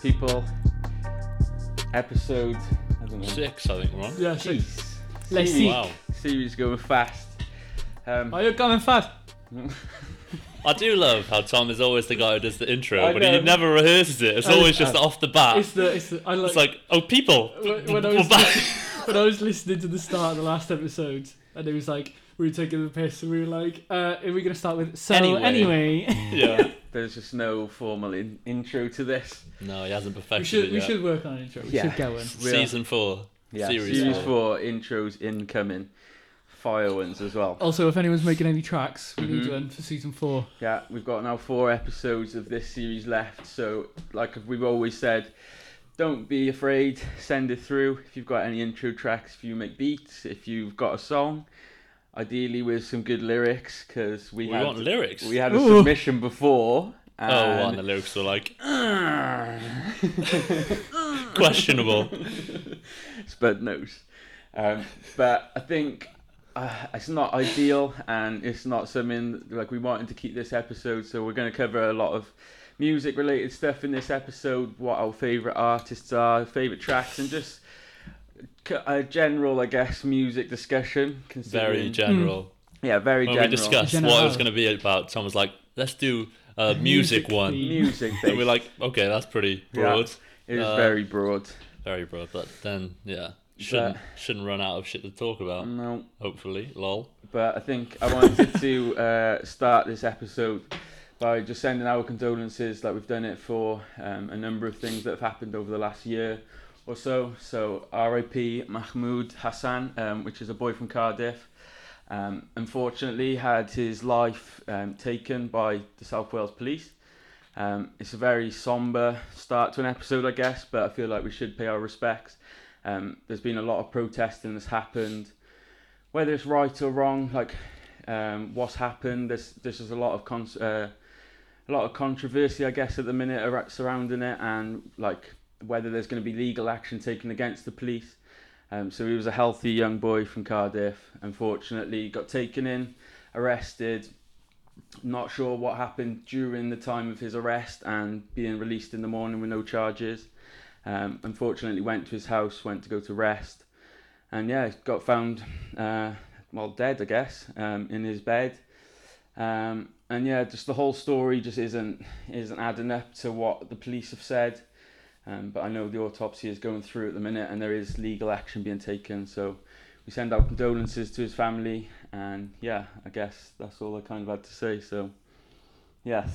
people. Episode. I don't know. Six, I think we're on. Yeah, Jeez. six. Let's Series- see. Wow. Series going fast. Um, Are you coming fast? I do love how Tom is always the guy who does the intro, I but know. he never rehearses it. It's I- always just I- off the bat. It's the it's the, I like, Ah. It's like, oh, people. when, when I We're was back. when I was listening to the start of the last episode, and it was like we were taking the piss, and we were like, uh, "Are we gonna start with so Anyway. anyway?" yeah. there's just no formal in- intro to this. No, he hasn't we perfected should it we yet. should work on intro. We Yeah. should get one. We are- Season four. Yeah, Series series four. four intros incoming. Fire ones as well. Also, if anyone's making any tracks, we Mhm. Mm-hmm. need one for season four. Yeah, we've got now four episodes of this series left. So, like we've always said, don't be afraid. Send it through. If you've got any intro tracks, if you make beats, if you've got a song, ideally with some good lyrics, because we, We had want lyrics. we had a Ooh. submission before. And Oh, what? And the lyrics were like questionable. Spud knows. Um, but I think uh, it's not ideal, and it's not something like we wanted to keep this episode. So we're going to cover a lot of music-related stuff in this episode. What our favourite artists are, favourite tracks, and just c- a general, I guess, music discussion. Very Considering, general. yeah, Hmm. very When general. we discussed what it General. was going to be about, Tom was like, let's do a music, Music one. theme. music. And we're based. like, okay, that's pretty Yeah. broad. it is uh, very broad. Very broad. But then, yeah. Shouldn't, shouldn't run out of shit to talk about, No. hopefully. Lol. but I think I wanted to uh, start this episode by just sending our condolences. Like we've done it for um, a number of things that have happened over the last year or so. So R.I.P. Mahmoud Hassan, um, which is a boy from Cardiff. Um, unfortunately, had his life um, taken by the South Wales Police. Um, it's a very somber start to an episode, I guess, but I feel like we should pay our respects. Um, there's been a lot of protesting that's happened whether it's right or wrong, like um, what's happened. There's there's just a lot of cons- uh, a lot of controversy, I guess, at the minute ar- surrounding it, and like whether there's going to be legal action taken against the police. Um, so he was a healthy young boy from Cardiff. Unfortunately, got taken in, arrested. Not sure what happened during the time of his arrest and being released in the morning with no charges. Um, unfortunately, went to his house, went to go to rest, and yeah, got found uh, well, dead, I guess, um, in his bed. Um, and yeah, just the whole story just isn't isn't adding up to what the police have said. Um, but I know the autopsy is going through at the minute, and there is legal action being taken. So we send our condolences to his family, and yeah, I guess that's all I kind of had to say. So yes,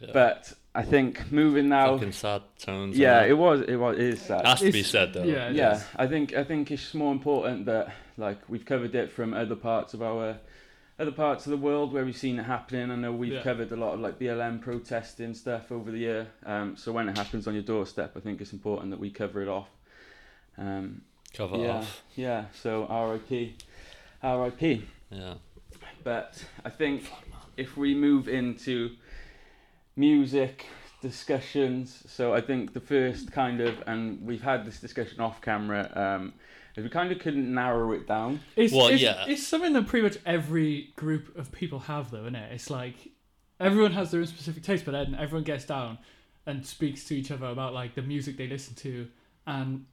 Yeah. but I think moving now, Fucking sad tones. and yeah, that. it was it was it is sad. has to be It's- said though. yeah, it yeah, I think I think it's more important that like we've covered it from other parts of our other parts of the world where we've seen it happening. I know we've Yeah. covered a lot of like BLM protesting stuff over the year. Um, so when it happens on your doorstep, I think it's important that we cover it off. Um, Cover yeah, off. yeah. So R.I.P. R.I.P. Yeah. But I think if we move into music discussions, so I think the first kind of, and we've had this discussion off camera, um, is we kind of couldn't narrow it down. It's, Well, it's, yeah. it's something that pretty much every group of people have, though, isn't it? It's like everyone has their own specific taste, but then everyone gets down and speaks to each other about like the music they listen to and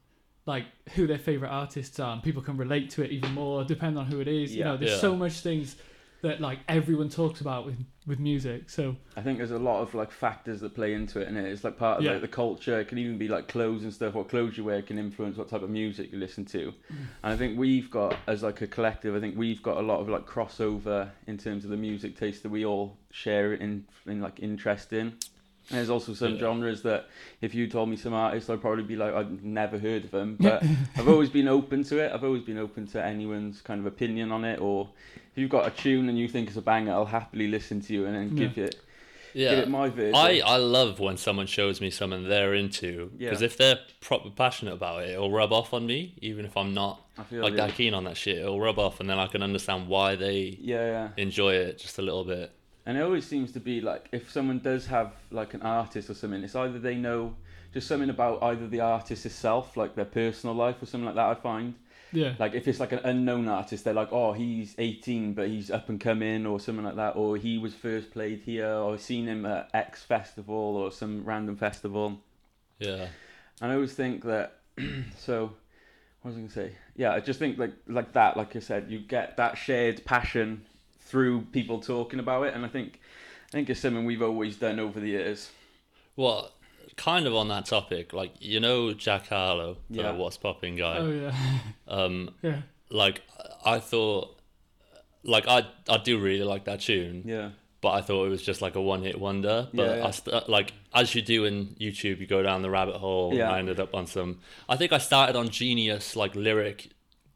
like who their favorite artists are, and people can relate to it even more, depending on who it is. Yeah. you know, there's Yeah. so much things that like everyone talks about with with music. So I think there's a lot of like factors that play into it, and it's like part of Yeah. like the culture. It can even be like clothes and stuff. What clothes you wear can influence what type of music you listen to. Mm. And I think we've got as like a collective. I think we've got a lot of like crossover in terms of the music taste that we all share in, in like interest in. And there's also some Yeah. genres that if you told me some artists, I'd probably be like, I've never heard of them. But I've always been open to it. I've always been open to anyone's kind of opinion on it. Or if you've got a tune and you think it's a banger, I'll happily listen to you and then Yeah. give it give Yeah. it my version. I, I love when someone shows me something they're into because Yeah. if they're proper passionate about it, it'll rub off on me even if I'm not I feel like you. that keen on that shit. It'll rub off and then I can understand why they Yeah, yeah. enjoy it just a little bit. And it always seems to be like if someone does have like an artist or something, it's either they know just something about either the artist itself, like their personal life or something like that. I find yeah, like if it's like an unknown artist, they're like, oh, he's 18, but he's up and coming or something like that, or he was first played here, or seen him at X festival or some random festival. Yeah. And I always think that so what was I gonna say? Yeah, I just think like like that, like I said, you get that shared passion through people talking about it and I think I think it's something we've always done over the years. Well, kind of on that topic, like you know Jack Harlow, the Yeah. what's popping guy. Oh yeah, Um, yeah. like I thought, like I I do really like that tune, Yeah. but I thought it was just like a one hit wonder. But Yeah, yeah. I st- uh, like as you do in YouTube, you go down the rabbit hole. Yeah. and I ended up on some. I think I started on Genius like lyric.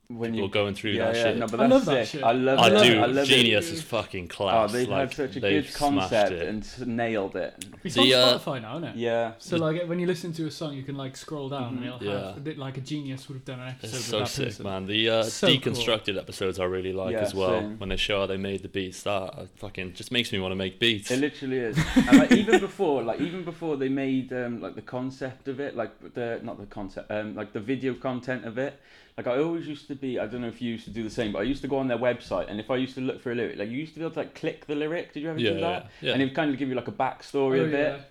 When People going through that shit. No, but I that's love that sick. shit. I love I, it. do. I love Genius It. is fucking Oh, class. they like, had such a they've good smashed concept it. and s- nailed it. It's The, on uh, Spotify now, isn't it? Yeah. So like when you listen to a song, you can like scroll down and it'll have Mm-hmm. Yeah. a bit like a genius would have done an episode. It's with so that sick, person. man. The uh, So cool. deconstructed episodes I really like Yeah, as well. same. When they show how they made the beats, that uh, fucking just makes me want to make beats. It literally is. and like even before, like even before they made um, like the concept of it, like the not the concept, um, like the video content of it. Like I always used to be. I don't know if you used to do the same, but I used to go on their website, and if I used to look for a lyric, like you used to be able to like click the lyric. Did you ever yeah, do that? yeah, yeah. And it would kind of give you like a Oh, backstory of yeah. it.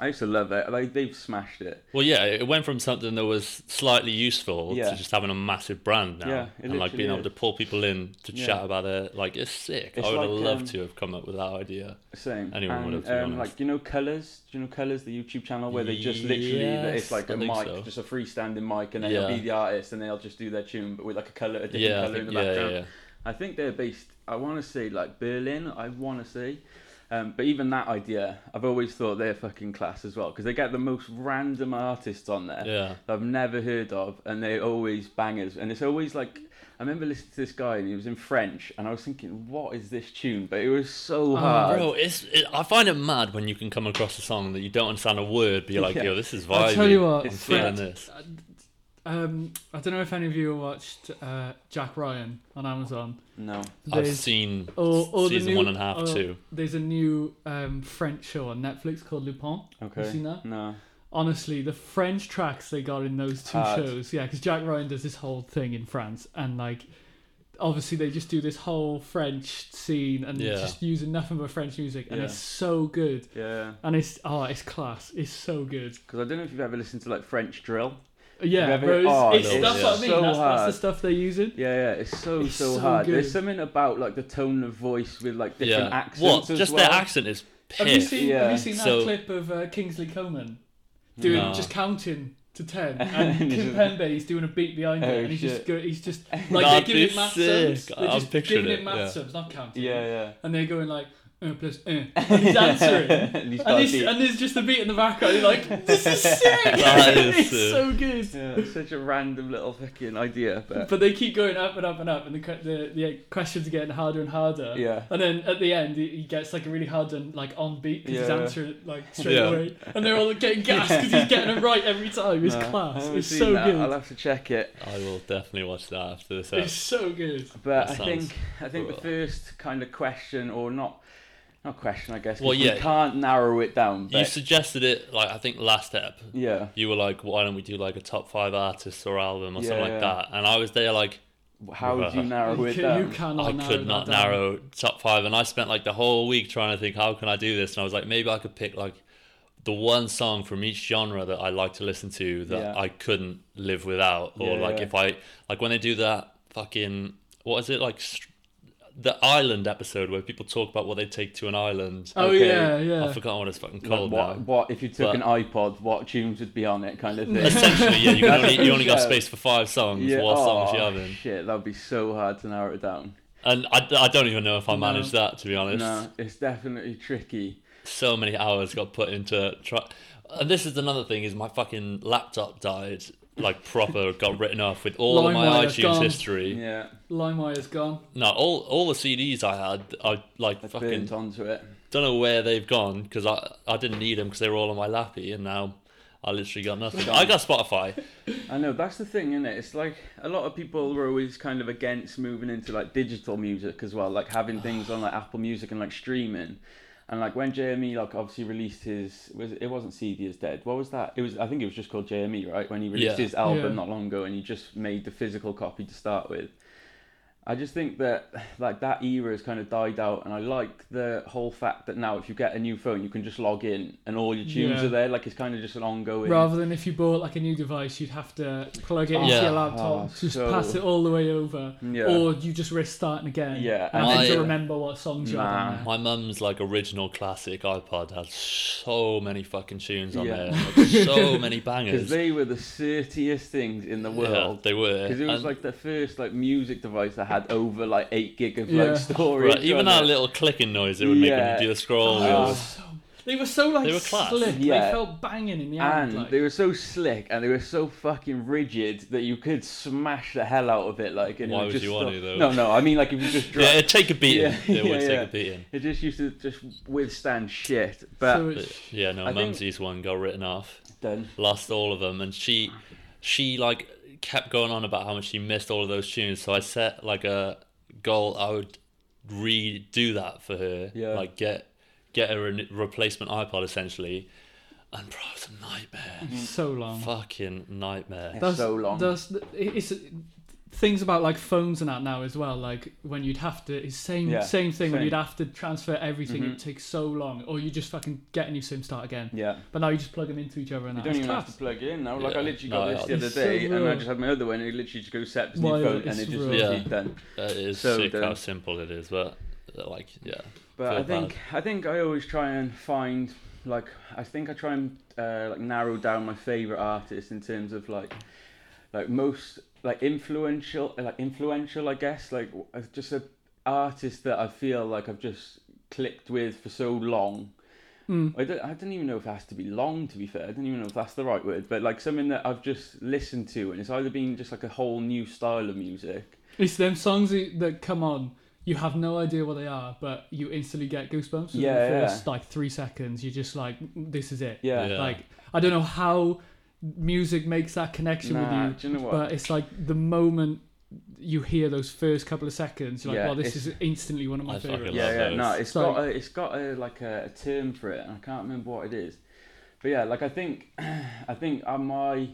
I used to love it. Like they've smashed it. Well, yeah, it went from something that was slightly useful Yeah. to just having a massive brand now, Yeah, it and like being literally able to is. pull people in to Yeah. chat about it. Like, it's sick. It's I would have like, loved um, to have come up with that idea. Same. Anyone and, would have, to be um, honest. like you know, colors. Do you know colors? The YouTube channel where they just literally Yes, it's like I a think mic, so. just a freestanding mic, and then Yeah. they'll be the artist, and they'll just do their tune, but with like a color, a different Yeah, I color in the think, yeah, background. yeah, yeah. I think they're based. I want to say like Berlin. I want to say, um, but even that idea, I've always thought they're fucking class as well because they get the most random artists on there Yeah, that I've never heard of, and they're always bangers. And it's always like I remember listening to this guy, and he was in French, and I was thinking, what is this tune? But it was so hard. Oh, bro, it's it, I find it mad when you can come across a song that you don't understand a word, but you're like, Yeah. yo, this is vibey. I'll tell you what, I'm It's feeling sick. this. Oh, Uh, Um, I don't know if any of you watched uh, Jack Ryan on Amazon. No. I've There's- seen or- or the season new- oh, one and a half, or- two. There's a new um, French show on Netflix called Lupin. Okay. You seen that? No. Honestly, the French tracks they got in those two Hard. shows, yeah, because Jack Ryan does this whole thing in France, and like, obviously they just do this whole French scene and Yeah. just using nothing but French music, and Yeah. it's so good, Yeah. and it's oh, it's class, it's so good. Because I don't know if you've ever listened to like French drill. Yeah, Have you bro, ever- it's, Oh, it's, no, that's yeah. what I mean. So that's, that's the hard. stuff they're using. Yeah, yeah, it's so It's so, so hard. good. There's something about like the tone of voice with like different yeah. accents What? as Just well. their accent is Have you pissed. seen Have Yeah. you seen that So- clip of uh, Kingsley Coman doing No. just counting to ten, and And Kim just- Pembe he's doing a beat behind it, Oh, and he's just shit. go, he's just like That'd they're giving be it math sick. sums. I They're was just picturing giving it, it math yeah. sums, not counting. Yeah, yeah. and they're going like uh, plus uh, and he's answering. and he's got And, he's, deep- and there's just a beat in the background. You're like, this is sick! That is it's sick. so good. Yeah, it's such a random little fucking idea, but But they keep going up and up and up, and the que- the, the questions are getting harder and harder. yeah. And then at the end, he he gets like a really hard and like on beat because he's Yeah. answering it like straight Yeah. away, and they're all getting gassed because he's getting it right every time. It's No, I um, class. haven't It's seen so that. I'll good. have to check it. I will definitely watch that after this. It's so good. But That I sounds think I think the cool. first kind of question, or not, not question, I guess. Well, 'cause yeah. We can't narrow it down. You But suggested it, like I think last step. yeah, You were like, "Why don't we do like a top five artists or album or something Yeah, like yeah. that?" And I was there, like, how would you Right. narrow You, it ca- you down? cannot I narrow could not that down. narrow top five, and I spent like the whole week trying to think, "How can I do this?" And I was like, "Maybe I could pick like the one song from each genre that I like to listen to that Yeah. I couldn't live without, or Yeah, like yeah. if I like when they do that fucking what is it like str- the island episode where people talk about what they take to an island." Oh Okay. yeah, yeah. I forgot what it's fucking Like, called what, now. what if you took But- an iPod? What tunes would be on it, kind of thing? Essentially, yeah, you can only you only got Yeah. space for five songs. What songs you oh, having? Shit, that'd be so hard to narrow it down. And I, I don't even know if I No. managed that to be honest. No, it's definitely tricky. So many hours got put into try. And this is another thing: is my fucking laptop died, like proper got written off with all of my LimeWire iTunes gone. history. Yeah, LimeWire's gone. No, all all the CDs I had, I like I fucking burnt onto it. don't know where they've gone because I I didn't need them because they were all on my lappy, and now I literally got nothing. Gone. I got Spotify. I know that's the thing, isn't it? It's like a lot of people were always kind of against moving into like digital music as well, like having things on like Apple Music and like streaming. And like when JME like obviously released his was it, it wasn't CD is dead. What was that? It was I think it was just called JME, right? When he released Yeah. his album Yeah. not long ago, and he just made the physical copy to start with. I just think that like that era has kind of died out, and I like the whole fact that now if you get a new phone, you can just log in and all your tunes Yeah. are there. Like it's kind of just an ongoing. Rather than if you bought like a new device, you'd have to plug it into Yeah. your Oh, laptop, just so- pass it all the way over, yeah. or you just risk starting again. Yeah, and and then I- to remember what songs you had Nah. on there. My mum's like original classic iPod had so many fucking tunes on Yeah. there, like, so many because bangers. they were the dirtiest things in the yeah, world. they were. Because it was And- like the first like music device that had over like eight gig of Yeah. like storage. right, even on that it. little clicking noise it would make Yeah. when you do the scroll Oh. wheels. so, they were so like They were class. slick. They Yeah. felt banging in the hand. And like. they were so slick and they were so fucking rigid that you could smash the hell out of it. Like, and it Why would would just you want stop- to, though? No, no. I mean, like if you just Yeah, drive, it'd take a beating. Yeah, it would yeah, take yeah. a beating. it just used to just withstand shit. But so But it's, yeah, no, I think- Mumsy's one got written off. done. lost all of them and she she like kept going on about how much she missed all of those tunes so i set like a goal i would redo that for her Yeah. like get get her a n- replacement ipod essentially and bro it's a nightmare so Mm-hmm. long. fucking nightmare It's so long. That's it's things about like phones and that now as well. Like when you'd have to it's same Yeah, same thing when same. you'd have to transfer everything. It Mhm. takes so long, or you just fucking get a new SIM start again. Yeah. But now you just plug them into each other and You that. don't It's even have class. to plug it in now. Like I Yeah. literally got No, this the it's other so day, and I real. just had my other one. And it literally just goes set to new Why phone, it's and it just real. literally Yeah. done. that is So sick how dumb. simple it is but like yeah But Feel I think I think I always try and find like I think I try and uh, like narrow down my favorite artists in terms of like like most like influential like influential I guess like w- uh, just a artist that I feel like I've just clicked with for so long. Mm. I don't I don't even know if it has to be long to be fair. I don't even know if that's the right word, but like something that I've just listened to and it's either been just like a whole new style of music. It's them songs that that come on. You have no idea what they are, but you instantly get goosebumps. within Yeah, the yeah. first like three seconds, you're just like, "This is it." Yeah. Yeah. Like I don't know how music makes that connection with Nah, you, do you know what? but it's like the moment you hear those first couple of seconds, you're like, Yeah, "Wow, this it's- is instantly one of my I fucking love favorites." yeah, yeah, those. no, it's So- got a, it's got a like a, a term for it, and I can't remember what it is. But yeah, like I think, I think uh, my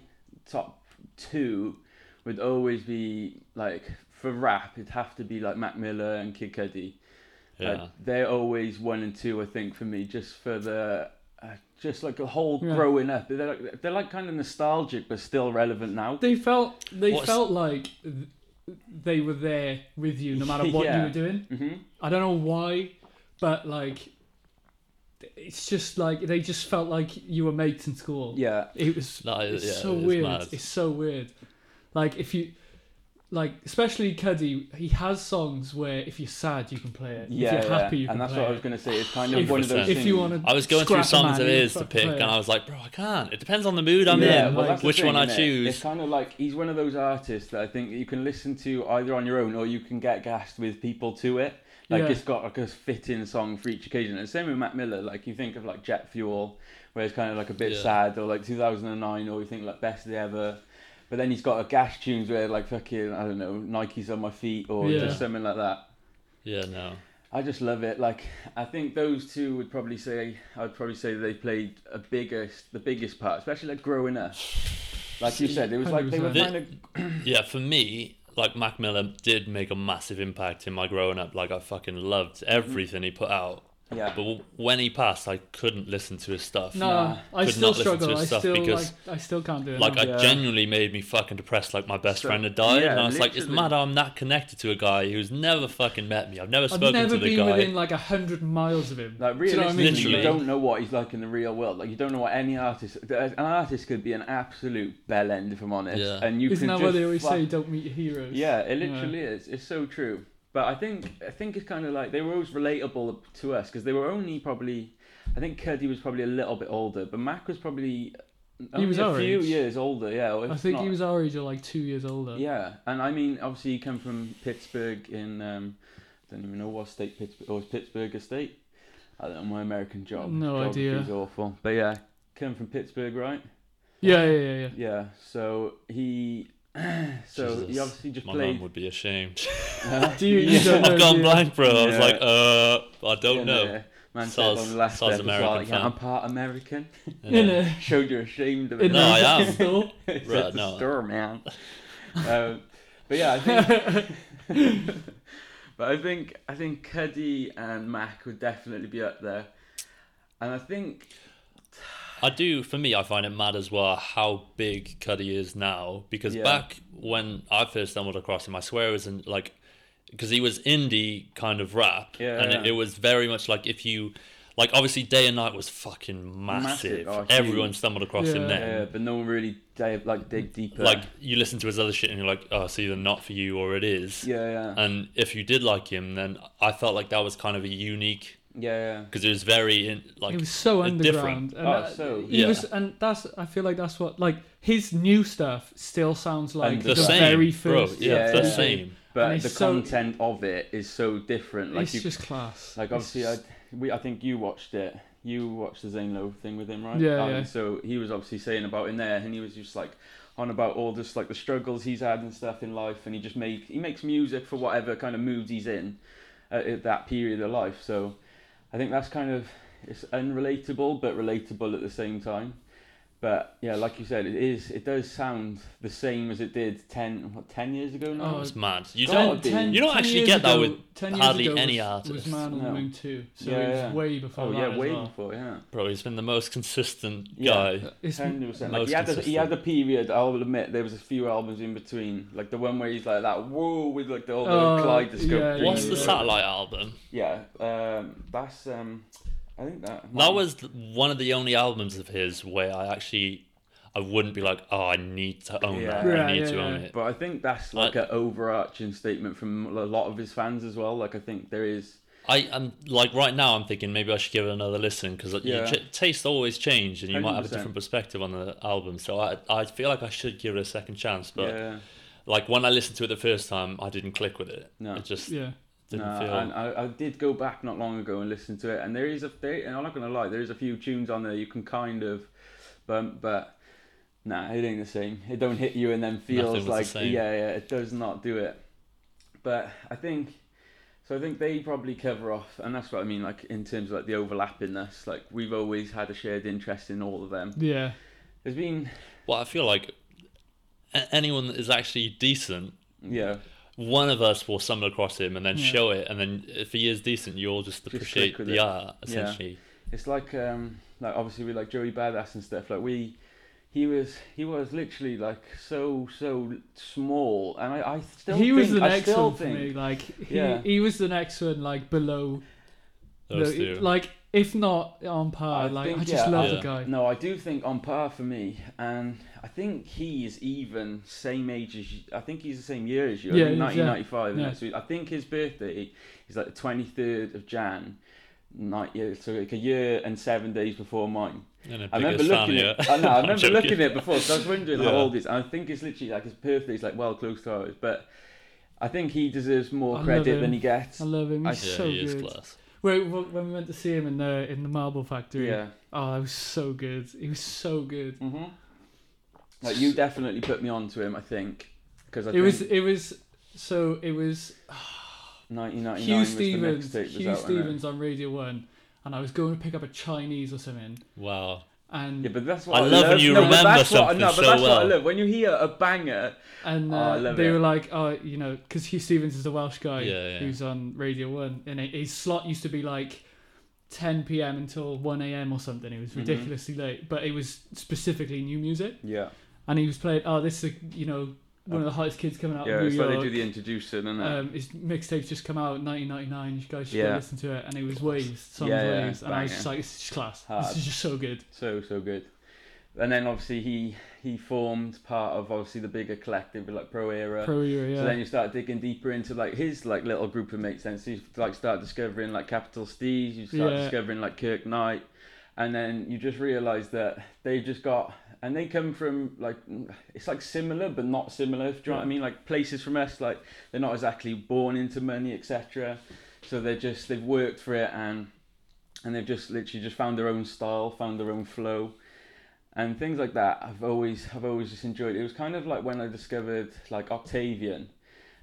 top two would always be like for rap, it'd have to be like Mac Miller and Kid Cudi. Like, yeah they're always one and two, I think, for me, just for the. Uh, just like the whole Yeah. growing up, they're like, they're like kind of nostalgic but still relevant now. They felt they What's- felt like th- they were there with you no matter what you Yeah. were doing. hmm I don't know why, but like, it's just like they just felt like you were mates in school. Yeah, It was No, it- it's yeah, so it is weird. mad. It's so weird. Like if you like especially Cuddy, he has songs where if you're sad you can play it. yeah, if you're yeah. happy you and can that's play what I it. was gonna say. It's kind of If- one of those. gonna if you things- want to I was going through songs of his to pick, play and it. I was like, "Bro, I can't." It depends on the mood I'm Yeah, in, well, that's the which thing, one I innit? choose. It's kind of like he's one of those artists that I think you can listen to either on your own or you can get gassed with people to it. Like Yeah. it's got like a fitting song for each occasion. And same with Matt Miller. Like you think of like Jet Fuel, where it's kind of like a bit Yeah. sad, or like 2009, or you think like Best Day Ever. But then he's got a gas tunes where like fucking I don't know Nikes on my feet or Yeah. just something like that. yeah, no. I just love it. Like I think those two would probably say I'd probably say they played a biggest the biggest part, especially like growing up. Like you said, it was like they were 100%. kind of Yeah, for me, like Mac Miller did make a massive impact in my growing up. Like I fucking loved Mm-hmm. everything he put out. yeah. But w- when he passed, I couldn't listen to his stuff. No, Nah, I could still not listen to struggle. his I stuff still because, like I still can't do it. Like now. I Yeah. genuinely made me fucking depressed. Like my best So- friend had died, yeah, and I was like, "It's literally. mad I'm that connected to a guy who's never fucking met me. I've never I've spoken never to the been guy." within like a hundred miles of him. Like Do you know what I mean? realistically, you, Literally. don't know what he's like in the real world. Like you don't know what any artist. An artist could be an absolute bell end, if I'm honest. Yeah. And you Isn't can that just what they always fuck- say? Don't meet your heroes. Yeah, it literally is. It's so true. But I think I think it's kind of like they were always relatable to us because they were only probably. I think Cuddy was probably a little bit older, but Mac was probably only was a our few age. years older. Yeah, or if I think not- he was our age or like two years older. Yeah, and I mean, obviously, you come from Pittsburgh in. Um, I don't even know what state Pittsburgh or is Pittsburgh a state. I don't know my American job. No idea. Geography's awful, but yeah, come from Pittsburgh, right? yeah, yeah, yeah. yeah. Yeah. So he, so he Jesus. obviously just my mum played. would be ashamed. Do you, you don't know, I've gone do you? blank, bro. I was Yeah. like, "Uh, I don't know." Yeah, Man Soz- said on the last soz episode, American like, yeah, fan. I'm part American. Yeah. In a Showed you're ashamed of it. in No, a I am. store. It's Right, at the no. store, man. um, but yeah, I think but I think I think Cuddy and Mac would definitely be up there, and I think I do. For me, I find it mad as well how big Cuddy is now. Because Yeah. back when I first stumbled across him, I swear it was in like because he was indie kind of rap, Yeah, and It, yeah. it was very much like if you like obviously day and night was fucking massive. Massive, oh, Everyone huge. stumbled across him Yeah. then. uh, but no one really dig, like dig deeper. Like you listen to his other shit and you're like, oh, it's either not for you or it is. yeah, yeah, And if you did like him, then I felt like that was kind of a unique yeah, yeah. because it was very in, like He was so it's different. underground. And Oh, uh, so- he Yeah. was, and that's I feel like that's what like his new stuff still sounds like The the, same, very bro. first. Yeah, Yeah, the yeah. same. But and the it's so- content of it is so different. Like it's you, just class. like It's obviously, I just- we I think you watched it. You watched the Zane Lowe thing with him, right? Yeah, Um, yeah. So he was obviously saying about in there, and he was just like on about all this like the struggles he's had and stuff in life, and he just make he makes music for whatever kind of moods he's in at, at that period of life. So I think that's kind of it's unrelatable but relatable at the same time. But yeah, like you said, it is it does sound the same as it did ten what ten years ago now. Oh, It's mad. You God, don't dude. you don't actually years get that ago- with 10 years hardly ago any was, artist. Was Man on No. the Moon too, so Yeah, it was yeah. way before Oh that yeah, as way well. before yeah. Bro, he's been the most consistent Yeah. guy. It's, Hundred percent. Like Most he had, a, he consistent. had a period. I will admit there was a few albums in between, like the one where he's like that, whoa, with like the all the Oh, kaleidoscope. yeah, thing. yeah, What's the yeah. satellite album? Yeah, um, that's um, I think that That was one of the only albums of his where I actually I wouldn't be like, oh, I need to own Yeah. that. Yeah, I need yeah, to own yeah. it. But I think that's like an overarching statement from a lot of his fans as well. Like I think there is. I am like right now. I'm thinking maybe I should give it another listen because Yeah. your ch- taste always change and you might have a 100%. different perspective on the album. So I I feel like I should give it a second chance. But yeah, like when I listened to it the first time, I didn't click with it. No. It just yeah, didn't no, feel. and I, I did go back not long ago and listen to it, and there is a. There, and I'm not gonna lie, there is a few tunes on there you can kind of bump, but nah, it ain't the same. It don't hit you and then Nothing feels was the like same. yeah, yeah, it does not do it. But I think so. I think they probably cover off, and that's what I mean. Like in terms of like the overlappingness, like we've always had a shared interest in all of them. yeah. There's been Well, I feel like a- anyone that is actually decent, yeah, one of us will stumble across him and then Yeah. show it, and then if he is decent, you'll just click appreciate with the it. art Yeah. essentially. it's like um like obviously we like Joey Badass and stuff like we he was he was literally like so so small and I, I still he think, was the I next still one for think, me. Like he, Yeah. he was the next one, like below, Those the- two. like if not on par. I like think, I just yeah, love I- the guy. No, I do think on par for me, and I think he is even same age as you. I think he's the same year as you. I Yeah, think he's, yeah. 1995. Yeah. innit? So I think his birthday is like the 23rd of Jan. Night, yeah, so like a year and seven days before mine. And a I remember bigger looking Samia. at I, know, I I'm remember joking. looking at it before, so I was wondering Yeah. how old he is. And I think it's literally like his birthday's like well close to ours, but I think he deserves more I love credit him. than he gets. I love him. I- He's Yeah, so he is good. class. Wait, wh- when we went to see him in the in the marble factory, Yeah. oh, that was so good. He was so good. hmm Like you definitely put me onto him, I think, because I it think was it was so it was 1999 Hugh was Stevens, the mixtape was Hugh out, wasn't it? Stevens on Radio One, and I was going to pick up a Chinese or something, Wow. and Yeah, but that's what I I, love when you no, but remember that's what, something no, but so that's What I well. love. When you hear a banger, and Oh, uh, I love they it. were like, oh, you know, because Hugh Stevens is a Welsh guy Yeah, yeah. who's on Radio One, and it, his slot used to be like. 10 p.m. until 1 a.m. or something. It Mm-hmm. was ridiculously late, but it was specifically new music, yeah, and he was playing. Oh, this is you know one of the hottest kids coming out yeah, of New it's York. like they do the introducing, and um, his mixtape's just come out, 1999. You guys should Yeah. go listen to it. And it was Waves, songs Yeah, yeah, Waves, and I was banger. just like, this is class. Hard. This is just so good. so so good. And then obviously he he formed part of obviously the bigger collective like Pro Era. Pro era, yeah. So then you start digging deeper into like his like little group of mates. Then so you like start discovering like Capital Steez. You start Yeah. discovering like Kirk Knight, and then you just realise that they've just got and they come from like it's like similar but not similar. If you know what I mean, like places from us, like they're not exactly born into money, etc. So they're just they've worked for it and and they've just literally just found their own style, found their own flow, and things like that. I've always I've always just enjoyed. It was kind of like when I discovered like Octavian,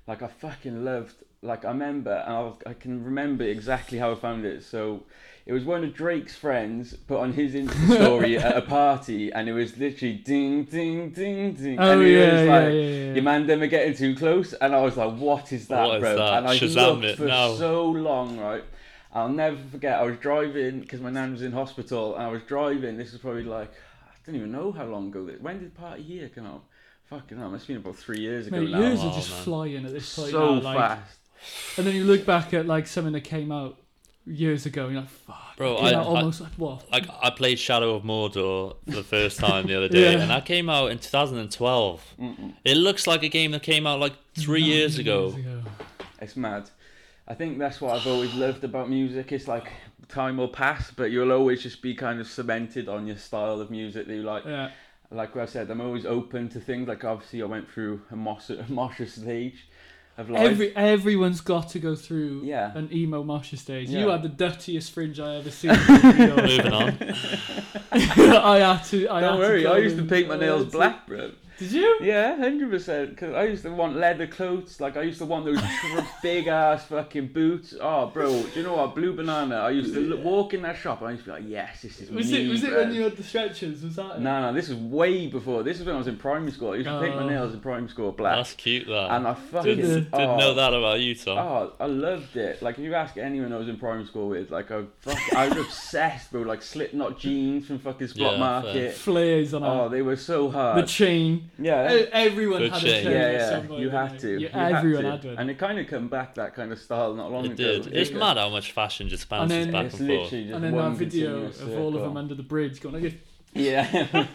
like I fucking loved. Like I remember, and I'll, I can remember exactly how I found it. So it was one of Drake's friends put on his Insta story at a party, and it was literally ding, ding, ding, ding. Oh, and it yeah, was yeah, like, yeah, yeah. Your man them are getting too close, and I was like, what is that, What is bro? that? And I Shazam looked it for now. so long, right? I'll never forget. I was driving because my nan was in hospital, and I was driving. This was probably like I don't even know how long ago. That, when did Party Here come out? Fucking hell, must have been about three years ago Mate, now. years are Wow, just man. flying at this point. "Oh, so now, like, fast. And then you look back at like something that came out years ago, and you're like, "Fuck, Bro, I, I- I- almost like what?" Like I played Shadow of Mordor for the first time the other day, Yeah. and that came out in 2012. It looks like a game that came out like three years ago. It's mad. I think that's what I've always loved about music. It's like time will pass, but you'll always just be kind of cemented on your style of music that you like. Yeah, Like I said, I'm always open to things. Like obviously, I went through a mosher, mosher stage of life. every everyone's got to go through Yeah. an emo marsha stage. You Yeah. had the dirtiest fringe I ever seen. I Moving on. had to. I had Don't worry, to go I used to and- paint my I nails had to- black, bro. Did you? Yeah, hundred percent. Cause I used to want leather coats. Like I used to want those tr- big ass fucking boots. Oh, bro, do you know what? Blue banana. I used to look, walk in that shop and I used to be like, yes, this is Was me. it was it bruv." when you had the stretchers? Was that? it? No, no, this is way before. This is when I was in primary school. I used to paint Oh. my nails in primary school black, That's cute, that. and I fucking Didn't- Didn't oh, know that about you, Tom. Oh, I loved it. Like if you ask anyone I was in primary school with, like I, fuck, I was obsessed, bro. Like Slipknot jeans from fucking Spot Yeah, Market. Flares on Oh, our they were so the hard. chain. yeah, E- Everyone Good had chain. a chain. yeah, at yeah. some point, you didn't had they? to. Yeah, You had everyone to. had one. And it kind of come back that kind of style not long it ago. did. It's Yeah. mad how much fashion just bounces then- back It's and forth. literally just and then one that video continuous of all of circle. them under the bridge going like, Yeah. that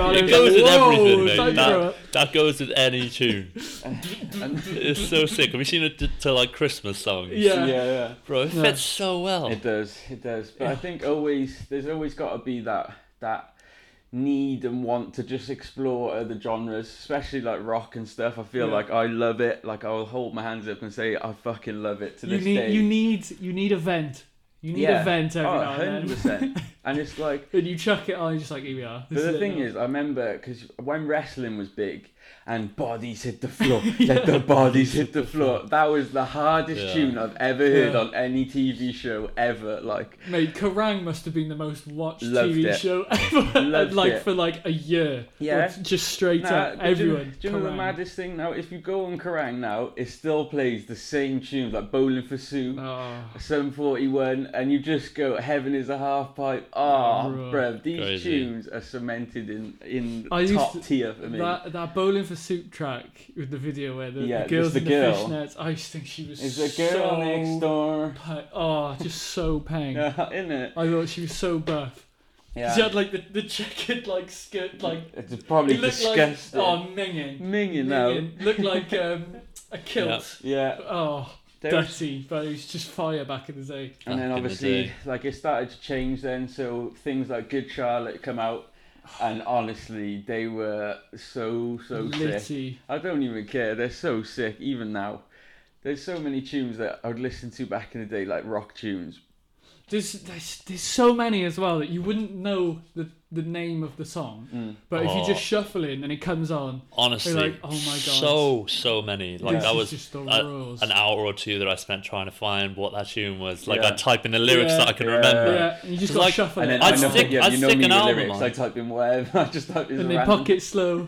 out. It I was goes like, with "Whoa, everything, mate. thanks, That- bro." That goes with any tune. And- It's so sick. Have you seen it t- to like Christmas songs? yeah, Yeah. yeah. Bro, it Yeah. fits so Oh. well. It does, it does. But I think always there's always got to be that that need and want to just explore other genres, especially like rock and stuff. I feel Yeah. like I love it. Like I'll hold my hands up and say I fucking love it to you this need day. you need you need a vent. You need a vent every oh, now and then. 100%. and it's like And you chuck it on, you're just like, here we are. This But the it thing now. is, I remember because when wrestling was big and bodies hit the floor, let the bodies hit the floor. That was the hardest Yeah. tune I've ever heard Yeah. on any TV show ever. Like, mate, Kerrang must have been the most watched Loved TV it. show ever, Loved like it. for like a year. Yeah. Like, just straight nah, up, but do you- everyone. Do you know the Kerrang. maddest thing now? If you go on Kerrang now, it still plays the same tunes like Bowling for Soup. Oh. Sum 41, and you just go, Heaven is a half pipe. Oh, Ah, right. bruv, these Crazy. tunes are cemented in in I used top to- tier for me. That that bowling for soup track with the video where the, Yeah, the girls just the in girl. the fishnets. I used to think she was It's a girl so next door. pa- oh, just so pang. Yeah, in it. I thought she was so buff. Yeah. She had like the, the checkered like skirt, like It's probably it looked disgusting. like oh minging, Minging now. Minging. looked like um, a kilt. Yeah. Oh, there was- dirty, but it was just fire back in the day. and then Back in the obviously, day. like it started to change then. So things like Good Charlotte come out, and honestly, they were so so sick. Litty. I don't even care. They're so sick even now. There's so many tunes that I would listen to back in the day, like rock tunes. There's, there's there's so many as well that you wouldn't know the the name of the song, Mm. but if you Oh. just shuffle in and it comes on, Honestly, They're like, "Oh my God." so so many. Like This that is was just the a- rules. an hour or two that I spent trying to find what that tune was. Like Yeah. I'd type in the lyrics Yeah. that I can Yeah. remember. yeah, and you just It's got to like- shuffle And it, then I'd I know, stick- yeah, I'd you know stick me an the album lyrics. on. I type in whatever. I just type in and then random. pocket slow.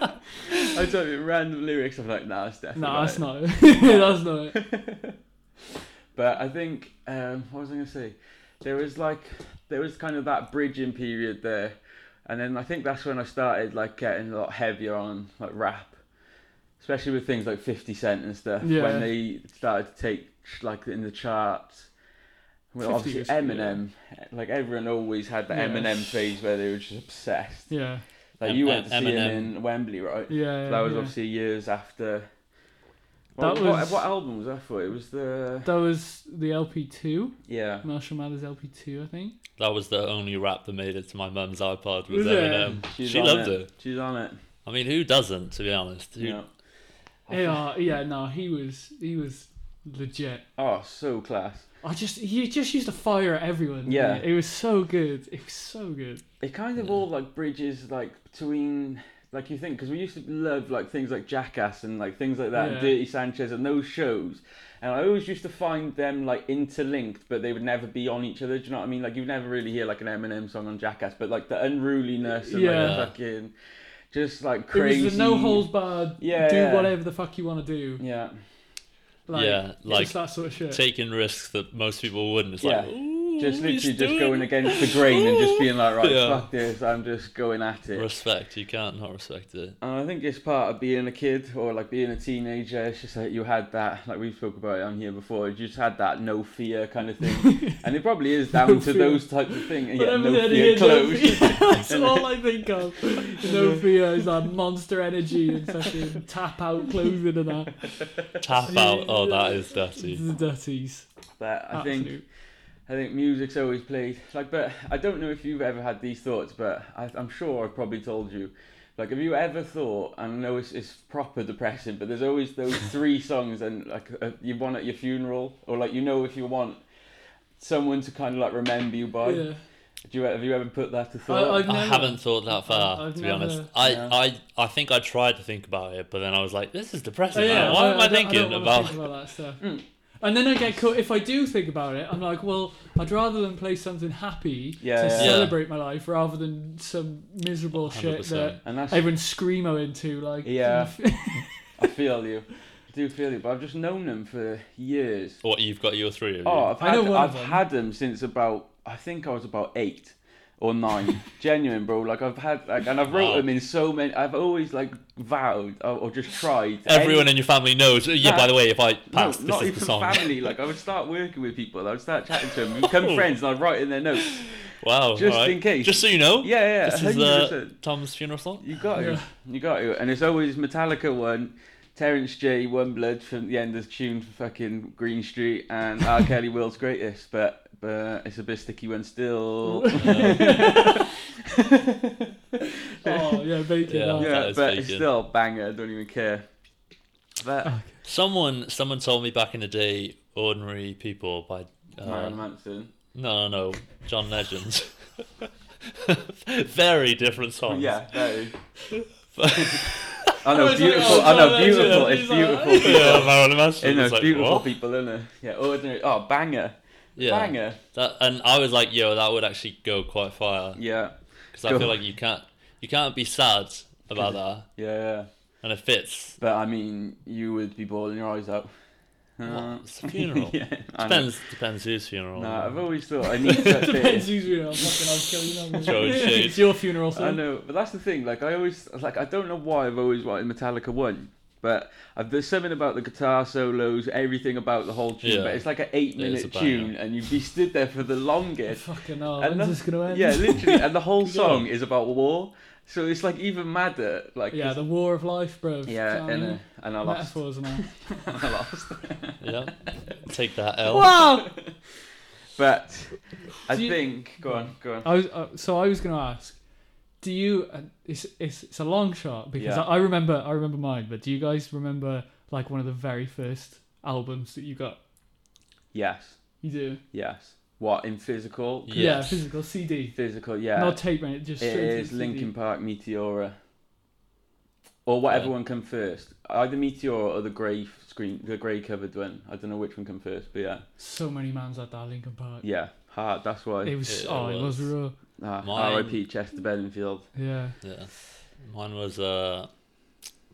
I type in random lyrics. I'm like, nah, it's definitely. no, that's it. not it. that's not it. But I think um, what was I going to say? There was like there was kind of that bridging period there, and then I think that's when I started like getting a lot heavier on like rap, especially with things like Fifty Cent and stuff. Yeah. When they started to take like in the charts. Well, 50 obviously was- Eminem, like everyone always had the Yeah. Eminem phase where they were just obsessed. Yeah, Like Em- you went to see him Eminem. in Wembley, right? yeah. So that was yeah. obviously years after. That what, what, was- what album was that for? It was the That was the LP two, yeah. Marshall Mathers LP two, I think. That was the only rap that made it to my mum's iPod was Was it? Eminem. She's she on loved it. it. She's on it. I mean, who doesn't? To be honest, who, Yeah. Yeah, yeah, no, he was he was legit. Oh, so class. I just he just used to fire at everyone. Yeah. didn't he? it was so good. It was so good. It kind of all like bridges like between Like you think, because we used to love like things like Jackass and like things like that, and Yeah. Dirty Sanchez and those shows, and I always used to find them like interlinked, but they would never be on each other. Do you know what I mean? Like you would never really hear like an Eminem song on Jackass, but like the unruliness and like Yeah. the fucking, just like It crazy. was the no holds barred. Yeah, do yeah. whatever the fuck you want to do. Yeah, Like, Yeah, it's like, that sort of shit. Taking risks that most people wouldn't. It's Yeah. like, ooh, just literally he's just doing going it." against the grain and just being like, right, Yeah. fuck this, I'm just going at it. Respect. You can't not respect it. And I think it's part of being a kid or like being a teenager. It's just like you had that, like we spoke about it on here before. You just had that no fear kind of thing, and it probably is down No to fear. those types of things. And yeah, Whatever no the fear idea, no clothes. fear. That's all I think of. No fear is like monster energy and fucking tap out clothing and that. Tap out. Oh, that is dirty. The dirties. But I Absolute. think I think music's always played like. But I don't know if you've ever had these thoughts, but I, I'm sure I've probably told you. Like, have you ever thought? And I know it's, it's proper depressing, but there's always those three songs, and like uh, you want at your funeral, or like you know if you want someone to kind of like remember you by. yeah. Do you, have you ever put that to I, thought? I've never, I haven't thought that far, I've to be never- honest. I, Yeah. I, I think I tried to think about it, but then I was like, this is Oh, depressing. yeah, Why am I, don't- thinking don't wanna about think about that stuff? Mm. And then I get caught. If I do think about it, I'm like, well, I'd rather than play something happy Yeah, to yeah. Yeah. celebrate my life rather than some miserable shit 100%. that and that's, everyone's screamo into. Like, Yeah. I feel you. I do feel you, but I've just known them for years. what you've got your three of you? Oh, I've I had, know one I've of them. had them since about, I think I was about eight or nine. Genuine, bro. Like, I've had, like, and I've wrote Wow. them in so many, I've always, like, vowed or, or just tried. to Everyone any- in your family knows. Yeah, Nah. by the way, if I No, pass, not this even is the song. Oh. family. Like, I would start working with people. I would start chatting to them. We become friends, and I'd write in their notes. wow. Just alright. in case. Just so you know. Yeah, yeah. This is 100%. uh, Tom's funeral song. You got to. Yeah. You got to. And it's always Metallica one, Terence J one blood from the end of tune for fucking Green Street and R. Kelly World's Greatest, but but it's a bit sticky one still. oh yeah, bacon. Yeah. oh. yeah, is but it's bacon. still a banger, don't even care. But Oh, Someone, someone told me back in the day, "Ordinary People" by uh, Marilyn Manson. no, no, no, John Legend. Very different songs. Yeah, that is. yeah, I I know was like, beautiful oh, I know John beautiful. Legend, It's he's like- beautiful people. Marilyn Manson. You know, was like, beautiful what? people, isn't it? Yeah, ordinary. Oh, banger, Yeah, banger. that, and I was like, "Yo, that would actually go quite far," Yeah, because I Go. feel like you can't, you can't be sad about that, yeah, yeah. and it fits. But I mean, you would be bawling your eyes out. Uh, it's a funeral. yeah, I know. Depends, depends whose funeral. No, I've always thought I need that Depends bit. who's funeral. Fucking, I'll kill you. now. Throwing shade. it's your funeral I song. know, but that's the thing. Like I always, like I don't know why I've always wanted Metallica one, but I've, there's something about the guitar solos, everything about the whole tune. Yeah. But it's like an eight-minute banger. tune, and you'd be stood there for the longest. Fucking hell, And Oh, when's that- this gonna end? yeah, literally, and the whole Yeah. song is about war. So it's like even madder. Like yeah, the war of life, bro. yeah, and uh, and I lost. metaphors and that. I lost. yeah, take that L. Wow. But I Do you- think go on, go on. I was uh, so I was going to ask, do you? Uh, it's, it's it's a long shot because Yeah. I, I remember I remember mine, but do you guys remember like one of the very first albums that you got? Yes, You do. yes. What in physical? Yes. Yeah, physical CD, Physical, yeah. not tape, mate. Just It straight to is CD. Linkin Park Meteora. Or whatever Yeah. one come first. Either Meteora or the grey screen the grey covered one. I don't know which one come first, but yeah. So many mans had that Linkin Park. Yeah. Hard, that's It why. was It oh, it was was. raw. Ah, Mine- R.I.P. Chester Bedingfield. Yeah. Yeah, mine was uh,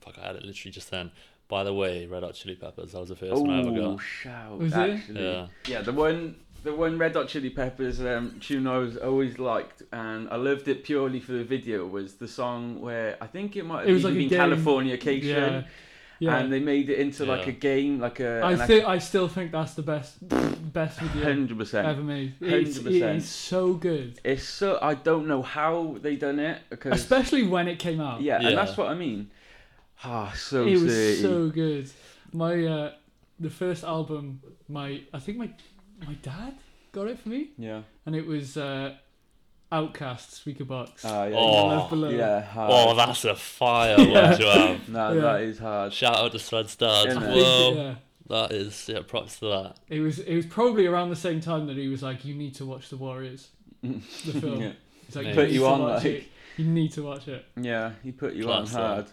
fuck, I had it literally just then. By the way, Red Hot Chili Peppers. That was the first one I ever Oh got. shout Was it? actually. Yeah, Yeah, the one the one Red Hot Chili Peppers um, tune I was always liked and I loved it purely for the video was the song where I think it might have It was even like a been game. California Cation Yeah. Yeah. and uh, they made it into like Yeah. a game, like a I think I still think that's the best best video hundred percent. ever made. It's, it 100%. is so good, It's so I don't know how they done it because especially when it came out. yeah, Yeah. and that's what I mean. Ah, so it was dirty. so good. My uh, the first album, my I think my my dad got it for me, yeah. and it was uh, Outcast Speaker Box. Ah, yeah. Oh, Love Below. yeah. Hard. Oh, that's um, a fire one to have. no, Yeah. that is hard. Shout out to Sled Stars. Isn't it? Whoa, Yeah, that is yeah. Props to that. it was it was probably around the same time that he was like, "You need to watch The Warriors." The film. Yeah. It's like, Put need you to on, like- watch it. You need to watch it. Yeah, he put you Class on song. hard.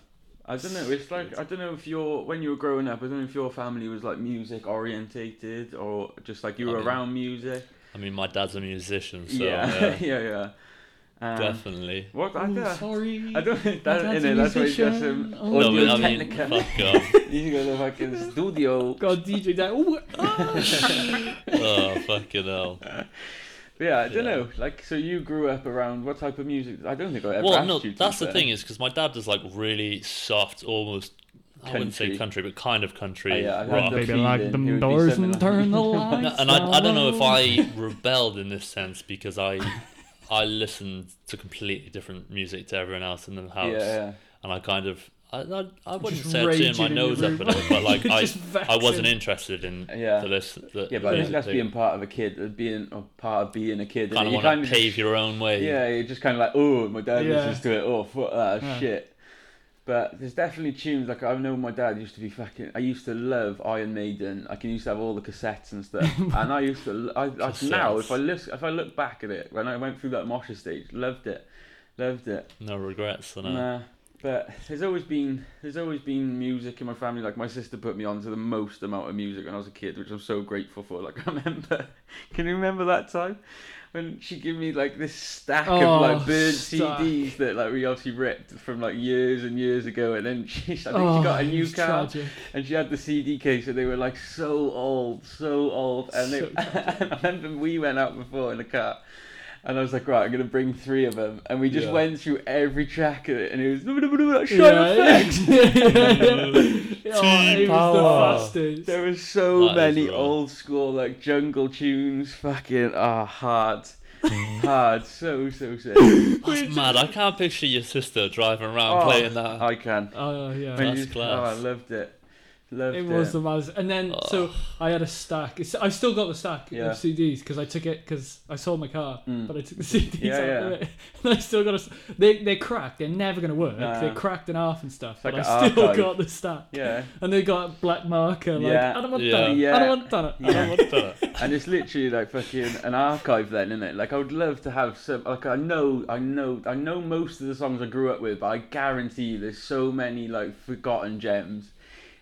I don't know. It's like I don't know if your when you were growing up. I don't know if your family was like music orientated or just like you I were mean, around music. I mean, my dad's a musician, so yeah, yeah, yeah, yeah. Um, definitely. What I Ooh, don't, sorry. I don't think My that dad's in a it. That's why he's got musician. some Oh. no, audio but I mean, technica. fuck off. you need to go to the fucking studio. God, DJ that. Ooh, Oh, fucking hell. Yeah, I don't Yeah. know. Like, so you grew up around what type of music? I don't think I ever well, asked no, you. to that's be the fair. thing is because my dad does like really soft, almost. I wouldn't say Country. country, but kind of country Oh, yeah, I had rock. the Baby, feeling lock it them would be doors something like- and turn the No, lights and I, I don't know if down. I rebelled in this sense because I I listened to completely different music to everyone else in the house, Yeah, yeah. and I kind of I I, I wouldn't Just say I turned raging my in nose your up at room. it, but like You're I just vexing. I wasn't interested in Uh, Yeah. the list. The, Yeah, but I the think that's music. being part of a kid, uh, being a part of being a kid. kind innit? of You want to just- pave your own way. Yeah, you're just kind of like, oh, my dad Yeah. listens to it. Oh, fuck that Yeah. shit. But there's definitely tunes like I know my dad used to be fucking. I used to love Iron Maiden. Like, I can used to have all the cassettes and stuff. and I used to. I like now if I Cassettes. listen, if I look back at it when I went through that Mosher stage, loved it, loved it. No regrets. And I, Nah, but there's always been there's always been music in my family. Like my sister put me on to the most amount of music when I was a kid, which I'm so grateful for. Like I remember, can you remember that time when she gave me like this stack Oh, of like bird stack. CDs that like we obviously ripped from like years and years ago, and then she I think oh, she got a new it's car tragic. and she had the CD case, and they were like so old, so old. And, they, So and I remember we went out before in the car, and I was like, right, I'm gonna bring three of them, and we just Yeah. went through every track of it, and it was like Shine Yeah, Effect. yeah. oh, Team it power. was the fastest. There were so That is many wrong. old school like jungle tunes, fucking ah hard, hard, so so sick. that's mad. I can't picture your sister driving around Oh, playing that. I can. Oh yeah. When That's you- class. Oh, I loved it. Loved it. it was the maddest. And then so I had a stack. It's, I still got the stack Yeah. of CDs because I took it because I sold my car, Mm. but I took the CDs Yeah, out of yeah. it. And I still got a. s- They they cracked. They're never gonna work. Nah. They're cracked in half and stuff. like but an I still archive. got the stack. yeah. And they got black marker. Like Yeah. I don't want Yeah. that. I Yeah. don't want that. I don't want that. and it's literally like fucking an archive then isn't it like i would love to have some like i know i know i know most of the songs i grew up with but i guarantee you there's so many like forgotten gems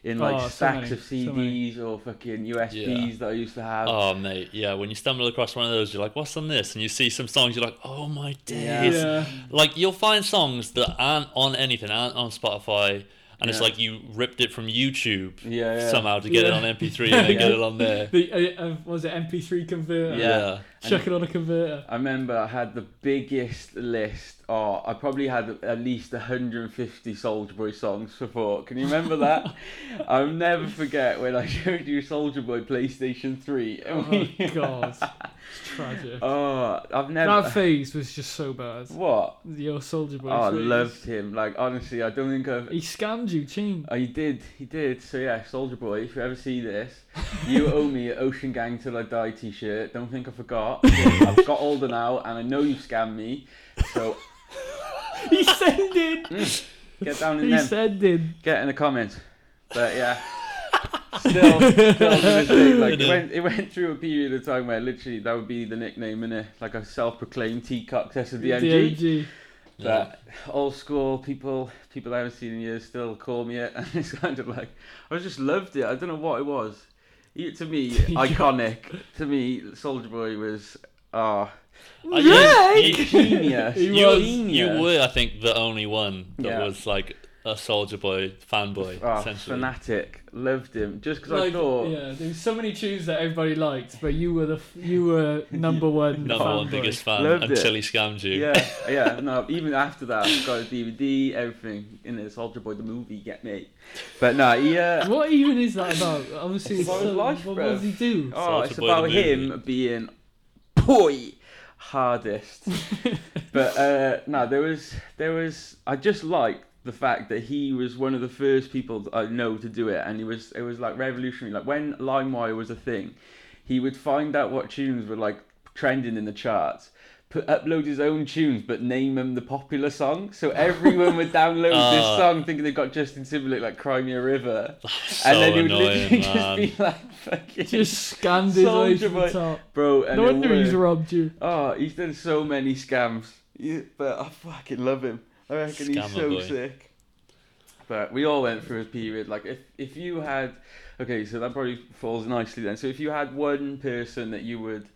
in like Oh, so stacks many, of so many. cds or fucking usbs that i used to have Oh mate, yeah. When you stumble across one of those, you're like, "What's on this?" And you see some songs, you're like, "Oh my days!" Yeah. Like you'll find songs that aren't on anything, aren't on Spotify, and it's Yeah. like you ripped it from YouTube yeah, yeah. somehow to get it Yeah. on MP3 and then get Yeah. it on there. The uh, uh, what was it MP3 converter? Yeah. Yeah, Chuck it on a converter. I remember I had the biggest list. Oh, I probably had at least 150 Soldier Boy songs before. Can you remember that? I'll never forget when I showed you Soldier Boy PlayStation 3. and Oh we- god, it's tragic. Oh, I've never. that phase was just so bad. What? Your soldier boy. Oh, I phase. loved him. Like honestly, I don't think I've. He scammed you, team. Oh, he did. He did. So yeah, Soldier Boy. If you ever see this, you owe me an Ocean Gang Till I Die T-shirt. Don't think I forgot. I've got older now, and I know you scammed me. So Uh, He sent it. get down in He them. sent it. Get in the comments. But yeah. Still, still gonna say, like it went, it went through a period of time where literally that would be the nickname in it, like a self-proclaimed teacock test of the MG. DMG. yeah. that old school people people I haven't seen in years still call me it and it's kind of like I just loved it I don't know what it was You- to me iconic to me Soldier Boy was ah Uh, you- Drake! you- genius He You, was you were, I think, the only one that Yeah. was like a Soldier Boy fanboy, Ah, essentially. fanatic loved him just because I Like, thought yeah, there was so many tunes that everybody liked, but you were the f- you were number one. Number one fanboy. biggest fan Loved it. until he scammed you. yeah yeah no even after that I got a DVD everything in it Soldier Boy the movie get me but no he uh, What even is that about? Obviously, It's about his so- life, what bruv. does he do? Oh, Soulja it's Boy the about him being boy hardest. but uh, no, there was there was I just liked the fact that he was one of the first people that I know to do it, and he was it was like revolutionary. Like when LimeWire was a thing, he would find out what tunes were like trending in the charts. Put, upload his own tunes, but name them the popular song. So everyone would download this Ah. song thinking they got Justin Timberlake like Crimea River, So and then he would annoying, literally man. just be like, "Fucking Just scammed his way to Soulja the Boy. top. bro. And No it wonder he's worked. Ah, robbed you. Oh, he's done so many scams. Yeah, but I fucking love him. I reckon he's Scammer so boy. sick. But we all went through a period. Like if if you had, okay, so that probably falls nicely then. So if you had one person that you would,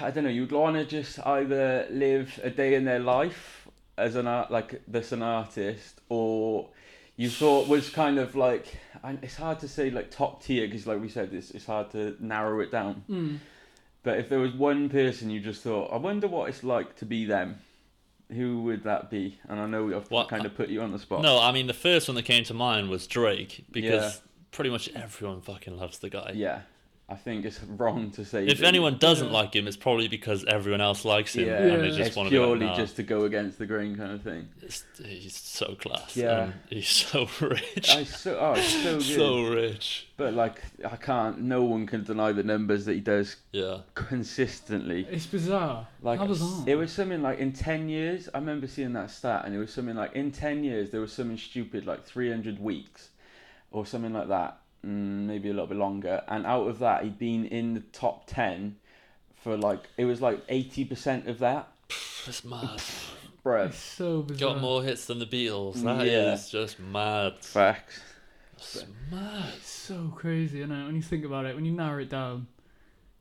I don't know, you'd want to just either live a day in their life as an art, like this an artist, or you thought was kind of like, and it's hard to say like top tier because like we said, it's it's hard to narrow it down. Mm. But if there was one person you just thought, I wonder what it's like to be them, who would that be? And I know I've What- kind of put you on the spot. No, I mean the first one that came to mind was Drake because Yeah. pretty much everyone fucking loves the guy. Yeah, I think it's wrong to say. If that anyone doesn't Yeah. like him, it's probably because everyone else likes him Yeah. and they Yeah. just it's want to be like, purely "Nah, just to go against the grain kind of thing. it's- he's so class. Yeah. and he's so rich. I so oh, it's so good. so rich. But like, I can't. No one can deny the numbers that he does Yeah. consistently. It's bizarre. Like How bizarre. it was something like in ten years. I remember seeing that stat, and it was something like in ten years there was something stupid like three hundred weeks, or something like that. Mm, maybe a little bit longer. And out of that, he'd been in the top ten for like it was like eighty percent of that, That's mad. bruh. It's so bizarre. Got more hits than the Beatles. That is Yeah. just mad. Facts. That's mad. It's so crazy, you know, when you think about it, when you narrow it down.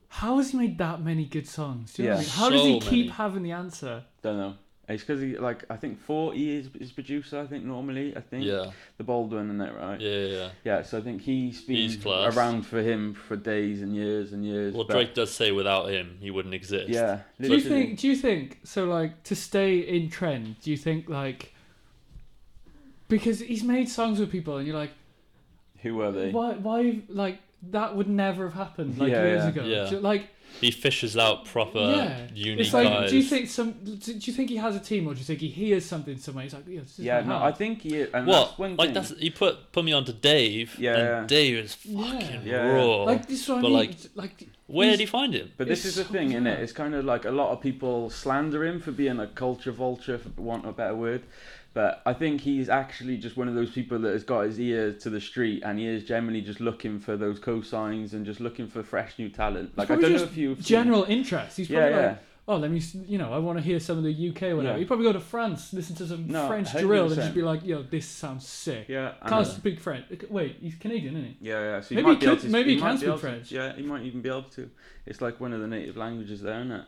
How has he made that many good songs? Do you know Yeah. what I mean? How does he So keep many. having the answer? Don't know. It's because he like I think forty is his producer. I think normally I think Yeah. the bold one and that right. Yeah. Yeah. yeah. Yeah, so I think he's been He's class. around for him for days and years and years. Well, but- Drake does say without him, he wouldn't exist. Yeah. Do you literally. think? Do you think so? Like to stay in trend, do you think like because he's made songs with people, and you're like, Who were they? why? Why? Like that would never have happened like Yeah, years yeah. ago. Yeah. Do- like He fishes out proper yeah, unique it's like. guys. Do you think some? Do do you think he has a team, or do you think he hears something somewhere? He's like, yeah, this is Yeah, my no, I house. think he. And What? That's one like thing. that's he put put me onto Dave. Yeah, and yeah. Dave is Yeah. fucking Yeah. raw. like this one. but, Like, like Where he's- did he find him? But this it's is the so thing, isn't it? bad. It's kind of like a lot of people slander him for being a culture vulture, for want of a better word. But I think he's actually just one of those people that has got his ear to the street, and he is generally just looking for those cosigns and just looking for fresh new talent. Like I probably don't know just if you've seen- general interest. He's Yeah, probably yeah. like, oh, let me, s- you know, I want to hear some of the UK or whatever. Yeah. You probably go to France, listen to some No, French drill, and 100%. just be like, yo, this sounds sick. Yeah. and- Can't speak French. Okay, Wait, he's Canadian, isn't he? Yeah, yeah. So Maybe might he be able could- to- maybe he might can be speak able to- French. yeah, he might even be able to. It's like one of the native languages there, isn't it?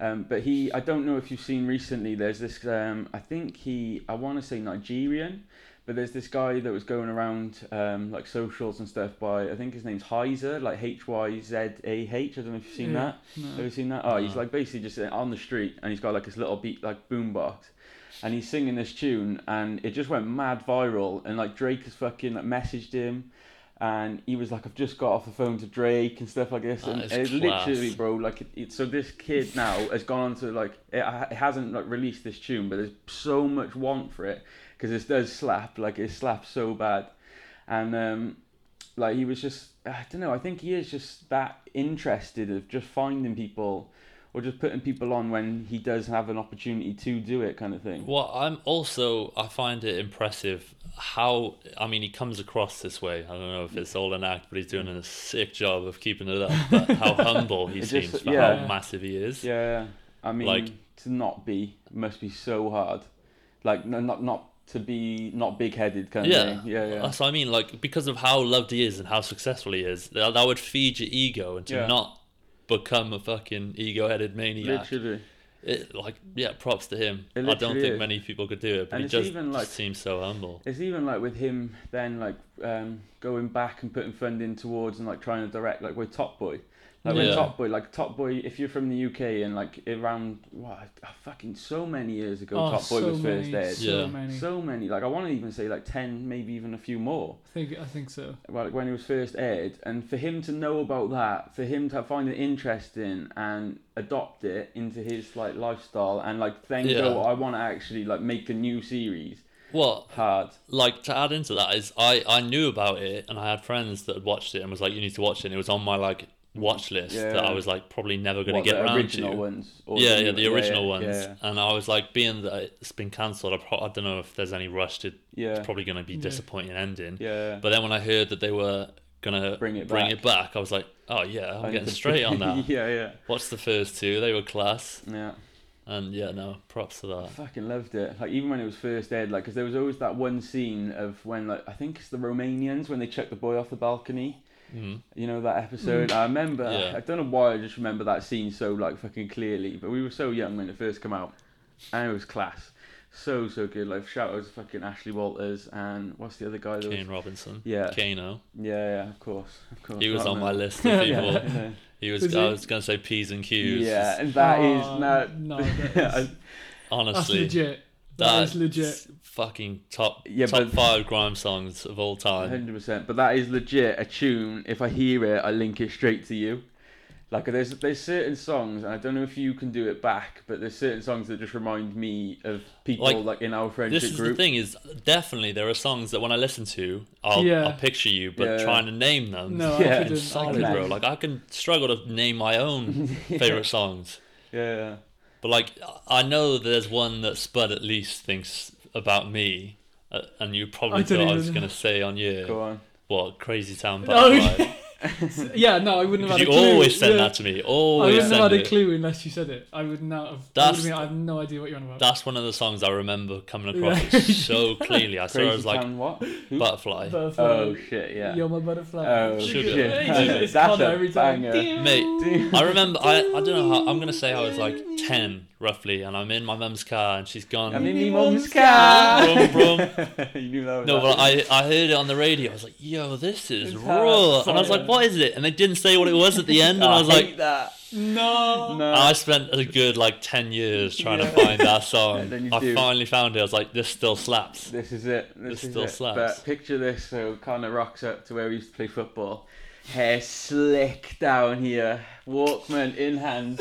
Um, but he, I don't know if you've seen recently. There's this. Um, I think he, I want to say Nigerian, but there's this guy that was going around um, like socials and stuff by. I think his name's Heiser, like H Y Z A H. I don't know if you've seen Yeah. that. Have No. you seen that? Oh, he's No. like basically just on the street, and he's got like his little beat like boombox, and he's singing this tune, and it just went mad viral, and like Drake has fucking like messaged him, and he was like, I've just got off the phone to Drake and stuff like this, That and is it's class. literally, bro, like it, it, so this kid now has gone on to like it, it hasn't like released this tune, but there's so much want for it because it does slap, like it slaps so bad, and um, like he was just I don't know. I think he is just that interested of just finding people or just putting people on when he does have an opportunity to do it, kind of thing. Well, I'm also I find it impressive how I mean he comes across this way. I don't know if it's all an act, but he's doing a sick job of keeping it up. But how humble he It just- seems for yeah. how massive he is. Yeah, I mean, Like- to not be must be so hard. Like no, not not to be not big headed kind Yeah. of thing. Yeah, yeah. That's what I mean. Like because of how loved he is and how successful he is, that, that would feed your ego and to Yeah. not become a fucking ego-headed maniac. Literally, It, like yeah, props to him. It I don't literally think is. many people could do it, but And he it's just, even, like- just seems so humble. it's even like with him then like um, going back and putting funding towards and like trying to direct like with Top Boy, Like when Yeah. Top Boy, like Top Boy, if you're from the UK and like around what oh, fucking so many years ago, Oh, Top Boy so was many, first aired. so Yeah. many. So many, like I want to even say like ten, maybe even a few more. I think I think so. Well, like when it was first aired, and for him to know about that, for him to find it interesting and adopt it into his like lifestyle, and like then go, Yeah. I want to actually like make a new series. Well, Hard. like to add into that is I I knew about it and I had friends that had watched it and was like you need to watch it and it was on my like watch list that Yeah. I was like probably never gonna What, get the around to. original ones. Or Yeah, new- yeah, the original yeah, ones. Yeah, And I was like, being that it's been cancelled, I, pro- I don't know if there's any rush to. yeah. It's probably gonna be Yeah. disappointing ending. yeah. But then when I heard that they were gonna Bring it back. back, I was like, oh yeah, I'm And- getting straight on that. yeah, yeah, Watch the first two; they were class. yeah. And yeah, no, props to that. fucking loved it. Like even when it was first aired, like because there was always that one scene of when like I think it's the Romanians when they chuck the boy off the balcony. Mhm. You know that episode. I remember. Mm. Yeah. I don't know why. I just remember that scene so like fucking clearly. But we were so young when it first came out, and it was class. So so good. Like shout out to fucking Ashley Walters and what's the other guy? That was... Kane Robinson. Yeah. Kano. Yeah, yeah, of course, of course. He was Not on the- my list of Yeah, people. yeah. He was, Was I he? was gonna say P's and Q's. yeah, Uh, and that is Oh, no, no, that is- That's Honestly. legit. That's That's legit. Fucking top Yeah, top but- five grime songs of all time. Hundred percent. But that is legit a tune. If I hear it, I link it straight to you. Like there's there's certain songs, and I don't know if you can do it back, but there's certain songs that just remind me of people Like, like, in our friendship This is group. the thing is definitely there are songs that when I listen to I'll, Yeah. I'll picture you, but Yeah. trying to name them No, Yeah, I couldn't. solid, I Nice. bro. couldn't. Like I can struggle to name my own favorite songs, Yeah, but like I know there's one that Spud at least thinks about me, uh, and you probably I don't thought I even Oh, was know. gonna say on you go on. what Crazy Town No, Butterfly. yeah, no, I wouldn't Because have had you a clue. always send yeah. that to me. I Always wouldn't send have had it. a clue unless you said it. I would not have. I, That's- would have been- I have no idea what you're on about. That's one of the songs I remember coming across Yeah. so clearly. I saw it Crazy was like Town what? Who? butterfly. Butterfly. Oh shit! Yeah. You're my butterfly. Oh, Sugar. Sugar. It's Sugar. just- it's That's Connor a every time. banger. Mate, I remember. I, I don't know how. I'm gonna say I was like ten roughly, and I'm in my mum's car, and she's gone. I'm in Me me mum's mum's car. brum, brum. you knew that was No, but happening. I I heard it on the radio. I was like, "Yo, this is It's raw," hard. and I was like, "What is it?" And they didn't say what it was at the end, and Oh, I was hate like, that. No. No. "I spent a good like ten years trying to Yeah. find that song. And then you I do. finally found it. I was like, "This still slaps." This is it. This, This is still it. slaps. But picture this: so Connor rocks up to where we used to play football, hair slick down here, Walkman in hand,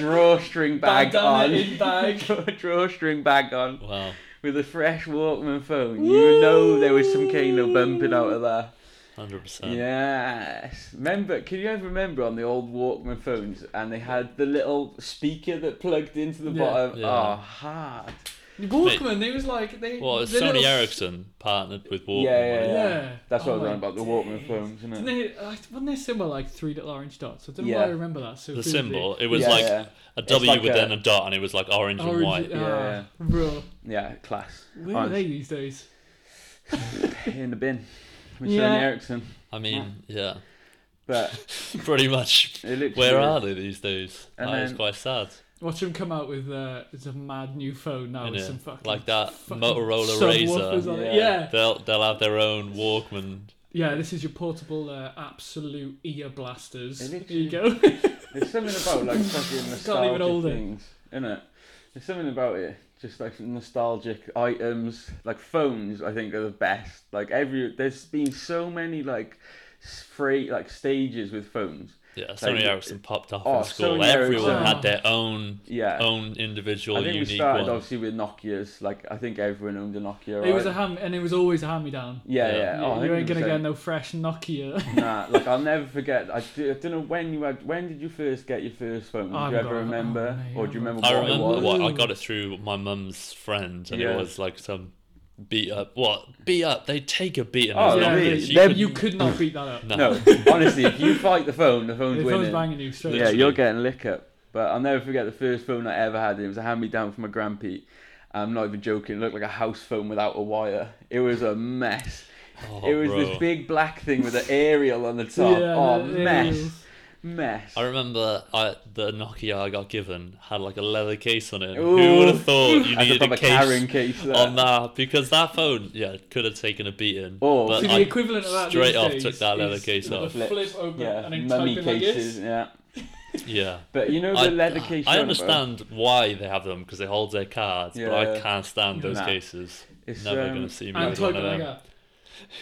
drawstring bag Bandana on, in bag. drawstring bag on, Wow. with a fresh Walkman phone. You know there was some Kano bumping out of there. Hundred percent. Yes. Remember? Can you ever remember on the old Walkman phones, and they had the little speaker that plugged into the Yeah. bottom? Yeah. Oh, hard. Walkman. They was like they. Well, it's they Sony little- Ericsson partnered with Walkman. Yeah, yeah, wasn't it? yeah. Yeah. That's what I was Oh on my about the Walkman days. phones, isn't it? Didn't they, like, wasn't there symbol like three little orange dots? I don't know Yeah. why I remember that. So The vividly. symbol. It was Yeah, like yeah. a It's W like with a- then a dot, and it was like orange, and Orange. white. Ah, Yeah. bro. Yeah, class. Where are Honest. they these days? In the bin. With Yeah. Sony Ericsson. I mean, yeah, But pretty much. it literally Where is. are they these days? That And is then- quite sad. Watch them come out with uh, it's a mad new phone now with innit? some fucking like that fucking Motorola subwoofers Razor. on it. Yeah. Yeah. They'll they'll have their own Walkman. Yeah, this is your portable uh, absolute ear blasters. There It you go. There's something about like fucking Can't even nostalgic hold it. things, innit? There's something about it. Just like nostalgic items, like phones, I think are the best. Like every, there's been so many like, free like stages with phones. Yeah, Sony Like- Ericsson popped off Oh, in school. Sony Everyone Ericsson. had their own Yeah. own individual I think we Oh, unique started one. obviously with Nokia's. Like I think everyone owned a Nokia. Right? It was a ham, and it was always a hand-me-down. yeah, Yeah. yeah. You, Oh, you ain't gonna 100%. get no fresh Nokia. nah, like I'll never forget. I, do, I don't know when you had. When did you first get your first phone? I Do you haven't ever got- remember, oh, mate, or do you I remember haven't what I got- it remember was? what I Ooh. got it through my mum's friend, and it Yeah. was like some beat up. What beat up? They take a beating. Oh, as yeah, long they- as you they're- can- you could not beat that up. No. No, honestly, if you fight the phone, the phone's If I was winning. banging you straight. yeah, Literally. you're getting lick up. But I'll never forget the first phone I ever had. It was a hand me down from my grandpa. I'm not even joking. It looked like a house phone without a wire. It was a mess. Oh, it was bro. this big black thing with an aerial on the top. Yeah, oh, the mess, aerials. mess. I remember I, the Nokia I got given had like a leather case on it. Who Ooh. would have thought you That's a needed a, proper carrying case case. uh, There. on that? Because that phone, yeah, could have taken a beating. Oh, but See, the I equivalent of that straight these off days took that leather is case the off. Flipped. Flip open yeah, and then type mummy in like this. cases. Yeah. yeah. But you know the I, leather case. I you're on about? understand why they have them because they hold their cards, but I Yeah. can't stand those Nah. cases. It's, Never um, gonna see me And with one typing of like them. that. I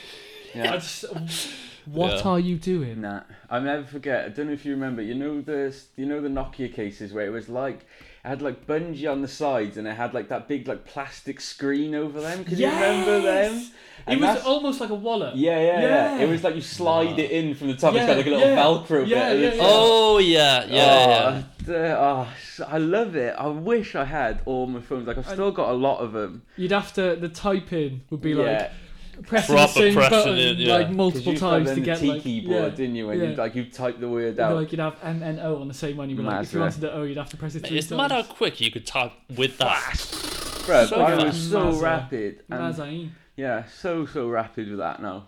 Yeah. just, what Yeah. are you doing? Nah, I will never forget. I don't know if you remember. You know the you know the Nokia cases where it was like it had like bungee on the sides and it had like that big like plastic screen over them. Can you remember them? Yes! And it was that's- almost like a wallet. yeah, yeah, yeah, Yeah. It was like you slide it in from the top. it's Yeah, got like a little yeah, Velcro yeah, bit. yeah, at the yeah. top. Oh yeah, yeah, yeah. Oh, d- oh, s- I love it. I wish I had all my phones. Like I've still got a lot of them. You'd have to the type in would be like yeah, pressing Proper the same pressing button it, yeah. like 'Cause multiple you plugged times in to the get T like keyboard, yeah, didn't you? And yeah. you'd, like you type the word You'd be out. like you'd have M N O on the same one. You'd be like, if you Massive. wanted the O, you'd have to press Oh, it three It's mad times. how quick you could type with that. Bruv, so I was fast. so Mazza. rapid. And Mazain. Yeah, so so rapid with that now.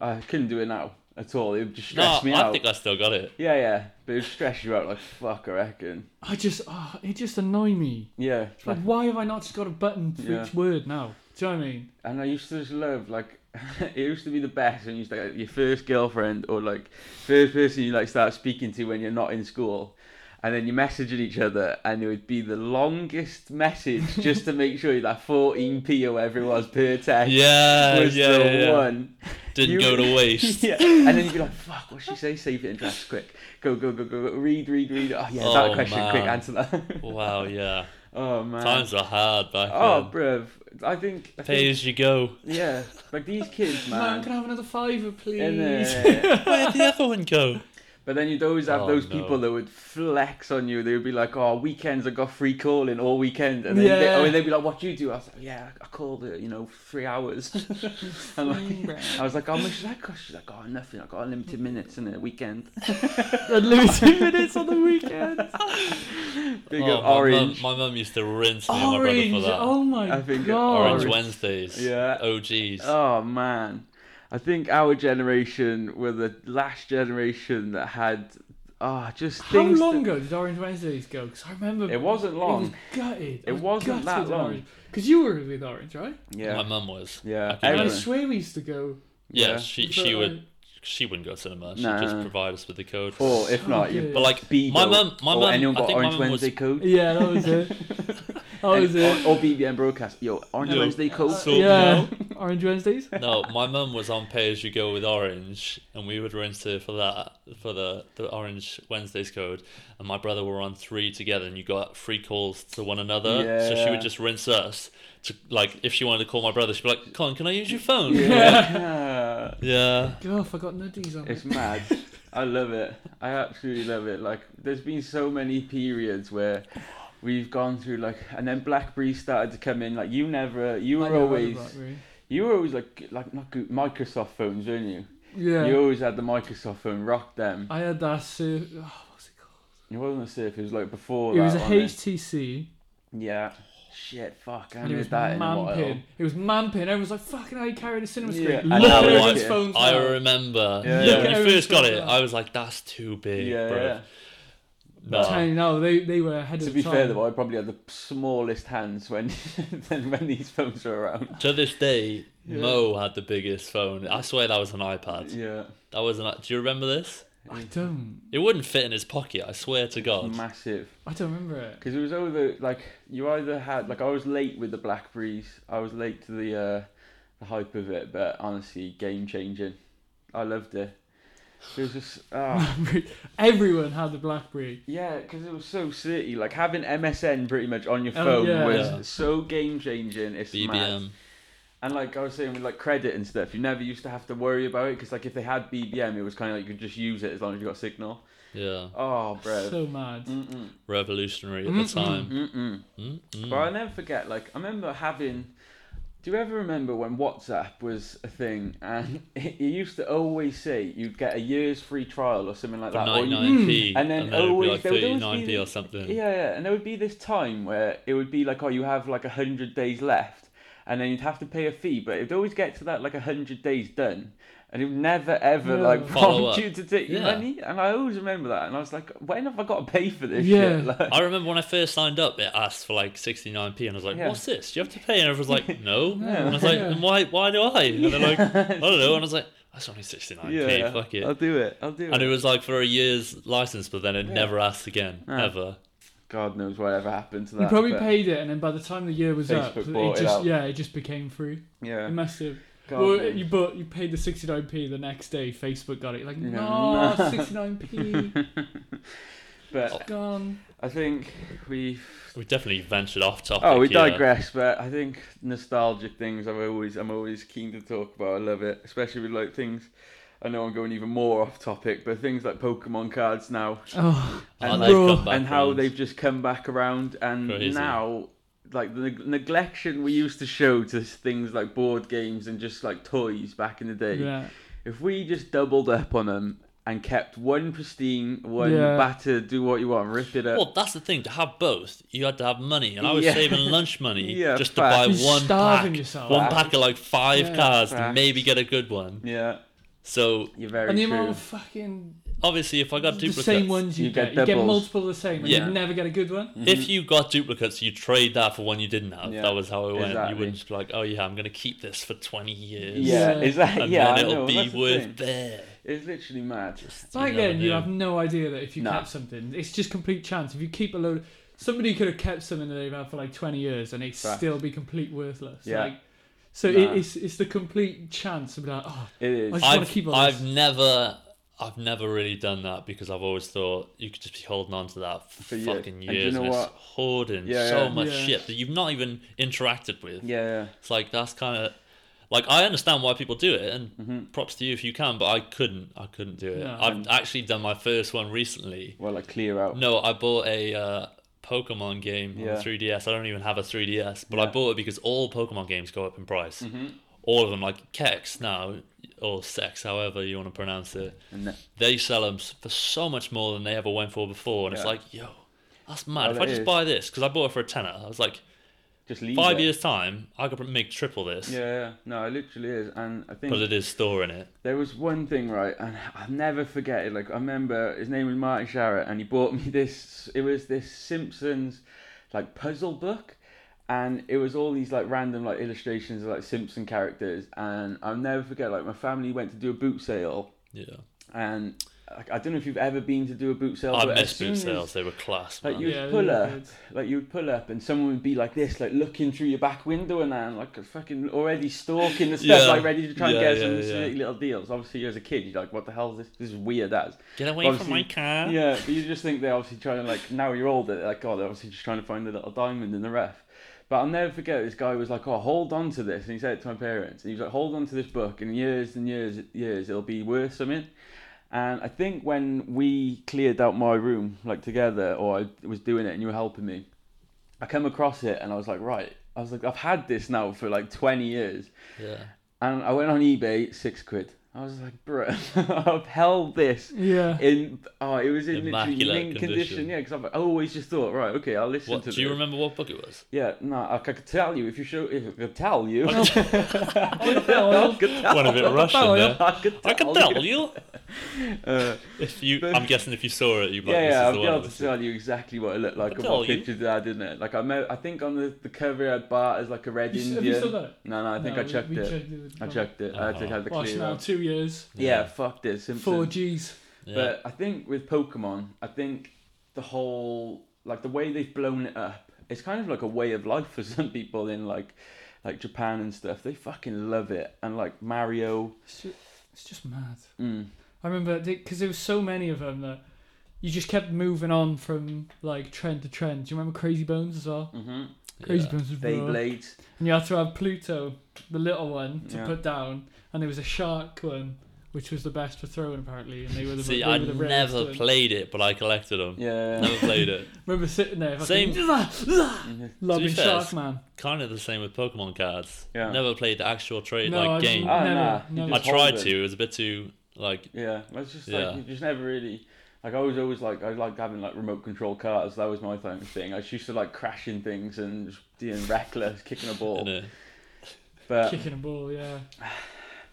I couldn't do it now at all. It would just No, stress me I out. think I still got it. Yeah, yeah. But it would stress you out like fuck I reckon. I just, oh, it just annoyed me. Yeah. It's Like, Like, why have I not just got a button for Yeah. each word now? Do you know what I mean? and I used to just love like it used to be the best when you used to, like your first girlfriend or like first person you like start speaking to when you're not in school. And then you're messaging each other, and it would be the longest message just to make sure that 14p or whatever it was per text Yeah, was yeah, the yeah, yeah. one. Didn't You- go to waste. yeah. And then you'd be like, fuck, what's she say? Save it and draft quick. Go, go, go, go, go. Read, read, read. Oh, yeah, that Oh, question. Quick, man. answer that. Wow, yeah. oh, man. Times are hard back oh, then. bruv. I think, I Pay think, as you go. yeah, like these kids, Man, man. can I have another fiver, please? in there. Where'd the other one go? but then you'd always have Oh, those no. people that would flex on you. They would be like, "Oh, weekends I got free calling all weekend," and then they, Yeah. oh, and they'd be like, "What do you do?" I was like, "Yeah, I called it, you know, three hours." I'm like, I was like, "How much does that cost?" She's like, "Oh, nothing. I got unlimited minutes in a weekend." Unlimited minutes on the weekend. Big Oh, up my orange. Mum, my mum used to rinse me Orange. and my brother for that. Oh my I think it- god. Orange Wednesdays. Yeah. OGs. Oh man, I think our generation were the last generation that had ah just How things. long that- ago did Orange Wednesdays go? Because I remember It wasn't long. It was gutted. It wasn't that long. Because you were with Orange, right? My yeah, mum was. yeah. I can And I Everyone. swear we used to go. Yeah, Yeah. she for, she like- would she wouldn't go to cinema. She'd Nah. just provide us with the code. Or if not, you but like Speedo. my mum, my or mum, anyone I got think Orange my mum was Wednesday code. Yeah, that was it. That was And- it. Or, or BBM broadcast. Yo, Orange Yo, Wednesday code. so- yeah, Orange Wednesdays. no, my mum was on pay as you go with Orange, and we would rinse her for that for the the Orange Wednesdays code, and my brother were on three together, and you got free calls to one another. So she Yeah. would just rinse us to like if she wanted to call my brother, she'd be like, "Colin, can I use your phone?" yeah. yeah. Oh, I forgot nuddies on. It's mad. I love it. I absolutely love it. Like, there's been so many periods where we've gone through like, and then BlackBerry started to come in. Like, you never, you I were know, always, Blackberry. you were always like, like not good, Microsoft phones, weren't you? Yeah. You always had the Microsoft phone. Rock them. I had that. Sur- oh, what's it called? It wasn't a Surf. It was like before it that. was a wasn't it? HTC, Yeah. Shit. Fuck. I and it was needed that in a while. mamping. It was mamping. Everyone was like, "Fucking, how you carrying a cinema screen?" Yeah, Look and at now it's- everyone's phones. I now. remember. Yeah. Yeah, Look at when everyone's you first got phones it, now. I was like, "That's too big, Yeah. bro." yeah. No. Tiny now, they they were ahead To of be the time. fair though, I probably had the smallest hands when than when these phones were around. To this day, Yeah. Mo had the biggest phone. I swear that was an iPad. Yeah. That was an. i- Do you remember this? I don't. It wouldn't fit in his pocket. I swear to God. Massive. I don't remember it. Because it was over like you either had like I was late with the Blackberries, I was late to the uh, the hype of it, but honestly, game changing. I loved it. It was just ah Everyone had the BlackBerry. yeah, because it was so city. Like having MSN pretty much on your Oh, phone yeah. was Yeah. so game changing. It's mad. BBM. And like I was saying with like credit and stuff, you never used to have to worry about it because like if they had BBM, it was kind of like you could just use it as long as you got signal. Yeah. Oh, bro. So mad. Mm-mm. Revolutionary at Mm-mm. the time. Mm-mm. But I'll Mm-mm. never forget, like, I remember having. Do you ever remember when WhatsApp was a thing and it, it used to always say you'd get a year's free trial or something like For that? or you- 99p. And then it would always- be like there would always 39p be- or something. yeah, yeah. And there would be this time where it would be like, oh, you have like 100 days left and then you'd have to pay a fee, but it'd always get to that like 100 days done. And it would never ever Yeah. like Follow prompt up. you to take your Yeah. money. And I always remember that. And I was like, when have I got to pay for this Yeah. shit? Like, I remember when I first signed up, it asked for like 69p, and I was like, Yeah. "What's this? Do you have to pay?" And everyone was like, "No." No. And I was like, Yeah. "Then why? Why do I?" And they're like, "I don't know." And I was like, "That's only 69p. yeah, Fuck it." I'll do it. I'll do it. And it was like for a year's license, but then it Yeah. never asked again, Ah. ever. God knows whatever happened to that. You probably but- paid it, and then by the time the year was up, Facebook it bought it just out. yeah, it just became free. Yeah. It must have. God well, knows. you bought, you paid the sixty nine p the next day. Facebook got it. You're like Yeah. no, sixty nine p Oh. but gone. I think we've. We definitely ventured off topic. Oh, we here. digress, but I think nostalgic things. I've always, I'm always keen to talk about. I love it, especially with like things. I know I'm going even more off topic, but things like Pokemon cards now Oh, Oh, And they've bro- come back and how round. they've just come back around, and Crazy. now like the neg- neglection we used to show to things like board games and just like toys back in the day. Yeah. If we just doubled up on them and kept one pristine, one Yeah. battered, do what you want, rip it up. Well, that's the thing. To have both, you had to have money, and I was Yeah. saving lunch money Yeah, just to fact. buy You're one starving pack, yourself. one Fact. pack of like five Yeah, cars to fact. maybe get a good one. yeah, So you're very And the true. amount of fucking obviously, if I got the duplicates, same ones you, You get, get you get doubles. multiple of the same, and Yeah. you never get a good one. if you got duplicates, you trade that for one you didn't have. Mm-hmm. Yeah, That was how it went. exactly. You wouldn't just be like, oh yeah, I'm gonna keep this for 20 years. yeah, Yeah. is that And yeah? then I it'll know, be that's the worth thing. there. It's literally mad. Back never then, you knew. have no idea that if you No. kept something, it's just complete chance. If you keep a load, somebody could have kept something that they've had for like twenty years, and it'd Fact. still be complete worthless. Yeah. Like, so Nah. it, it's it's the complete chance of like, oh, It is. I- just wanna I've, keep all I've this. never I've never really done that because I've always thought you could just be holding on to that for years. fucking And years you know and it's what? hoarding Yeah, so yeah. much Yeah. shit that you've not even interacted with. yeah, It's like that's kind of like I understand why people do it and Mm-hmm. props to you if you can, but I couldn't. I couldn't do it. No. I've actually done my first one recently. well, like clear out. No, I bought a uh, Pokemon game on Yeah. the 3DS. I don't even have a 3DS, but I Yeah. Mm-hmm. bought it because all Pokemon games go up in price. All of them, like Kex now, or Sex, however you want to pronounce it, And th- they sell them for so much more than they ever went for before. And it's Yeah. like, yo, that's mad. Well, if I it just is. buy this, because I bought it for a tenner, I was like, just leave five it. years' time, I could make triple this. Yeah, yeah, no, it literally is, and I think But it is storing it. There was one thing, right, and I'll never forget it. Like I remember, his name was Martin Sharrett, and he bought me this. It was this Simpsons, like puzzle book, and it was all these like random like illustrations of like Simpson characters. And I'll never forget. Like my family went to do a boot sale, Yeah. and like, I don't know if you've ever been to do a boot sale. I but missed as soon boot as- sales. They were class, man. Like you'd Yeah, they pull were up, good. like you'd pull up, and someone would be like this, like looking through your back window, and I'm like fucking already stalking the stuff, Yeah. like ready to try and Yeah, get yeah, some yeah. silly little deals. Obviously, as a kid, you're like, "What the hell is this? This is weird." As Get away from Obviously- my car. yeah, but you just think they're obviously trying to like now you're older, they're like, "God, they're obviously just trying to find the little diamond in the ref." But I'll never forget this guy was like, "Oh, hold on to this," and he said it to my parents, and he was like, "Hold on to this book, in years and years, years, it'll be worth something." And I think when we cleared out my room, like together, or I was doing it and you were helping me, I come across it and I was like, right, I was like, I've had this now for like 20 years. yeah. And I went on eBay, six quid. I was like, bro, I've held this yeah, in, oh, it was in literally Immaculate mint condition. condition. Yeah, 'cause Yeah, because I always just thought, right, okay, I'll listen What, to do this. you remember what book it was? Yeah, no, I, c- I could tell you if you show, if I could tell you. I could tell. One of it Russian there. I could tell. I can tell you. Uh, If you, I'm guessing if you saw it, you'd be like, yeah, yeah, this I'll is be the one. able this to is- tell you exactly what it looked like and tell what you. pictures it had in it. Like I, me- I think on the, the cover it had Bart as like a red You s- have Indian. you still got it? No, no, I think No, I we- chucked we it. checked it. I chucked it. I had to Uh-huh. have the Watch clear. now, out. two years, Yeah, fuck this. Simpson. four Gs. Yeah. But I think with Pokemon, I think the whole like the way they've blown it up, it's kind of like a way of life for some people in like like Japan and stuff. They fucking love it. And like Mario, It's just, it's just mad. mm, I remember because there was so many of them that you just kept moving on from like trend to trend. Do you remember Crazy Bones as well? mm-hmm. Crazy Yeah. Bones was raw. Beyblade. And you had to have Pluto, the little one, to Yeah. put down, and there was a shark one, which was the best for throwing apparently, and they were the See, they I were the rarest never one. played it, but I collected them. Yeah. Mm-hmm. Never played it. Remember sitting there, Same- fucking lobbing To be fair, shark man. kind of the same with Pokemon cards. Yeah. Never played the actual trade No, like I game. didn't. Ah, Never, nah, you never. I just tried hold it. to. It was a bit too like. Yeah, it's just Yeah. like you just never really like I was always like I liked having like remote control cars. That was my thing. thing. I just used to like crashing things and just being reckless, kicking a You ball. know, But Kicking a ball, yeah.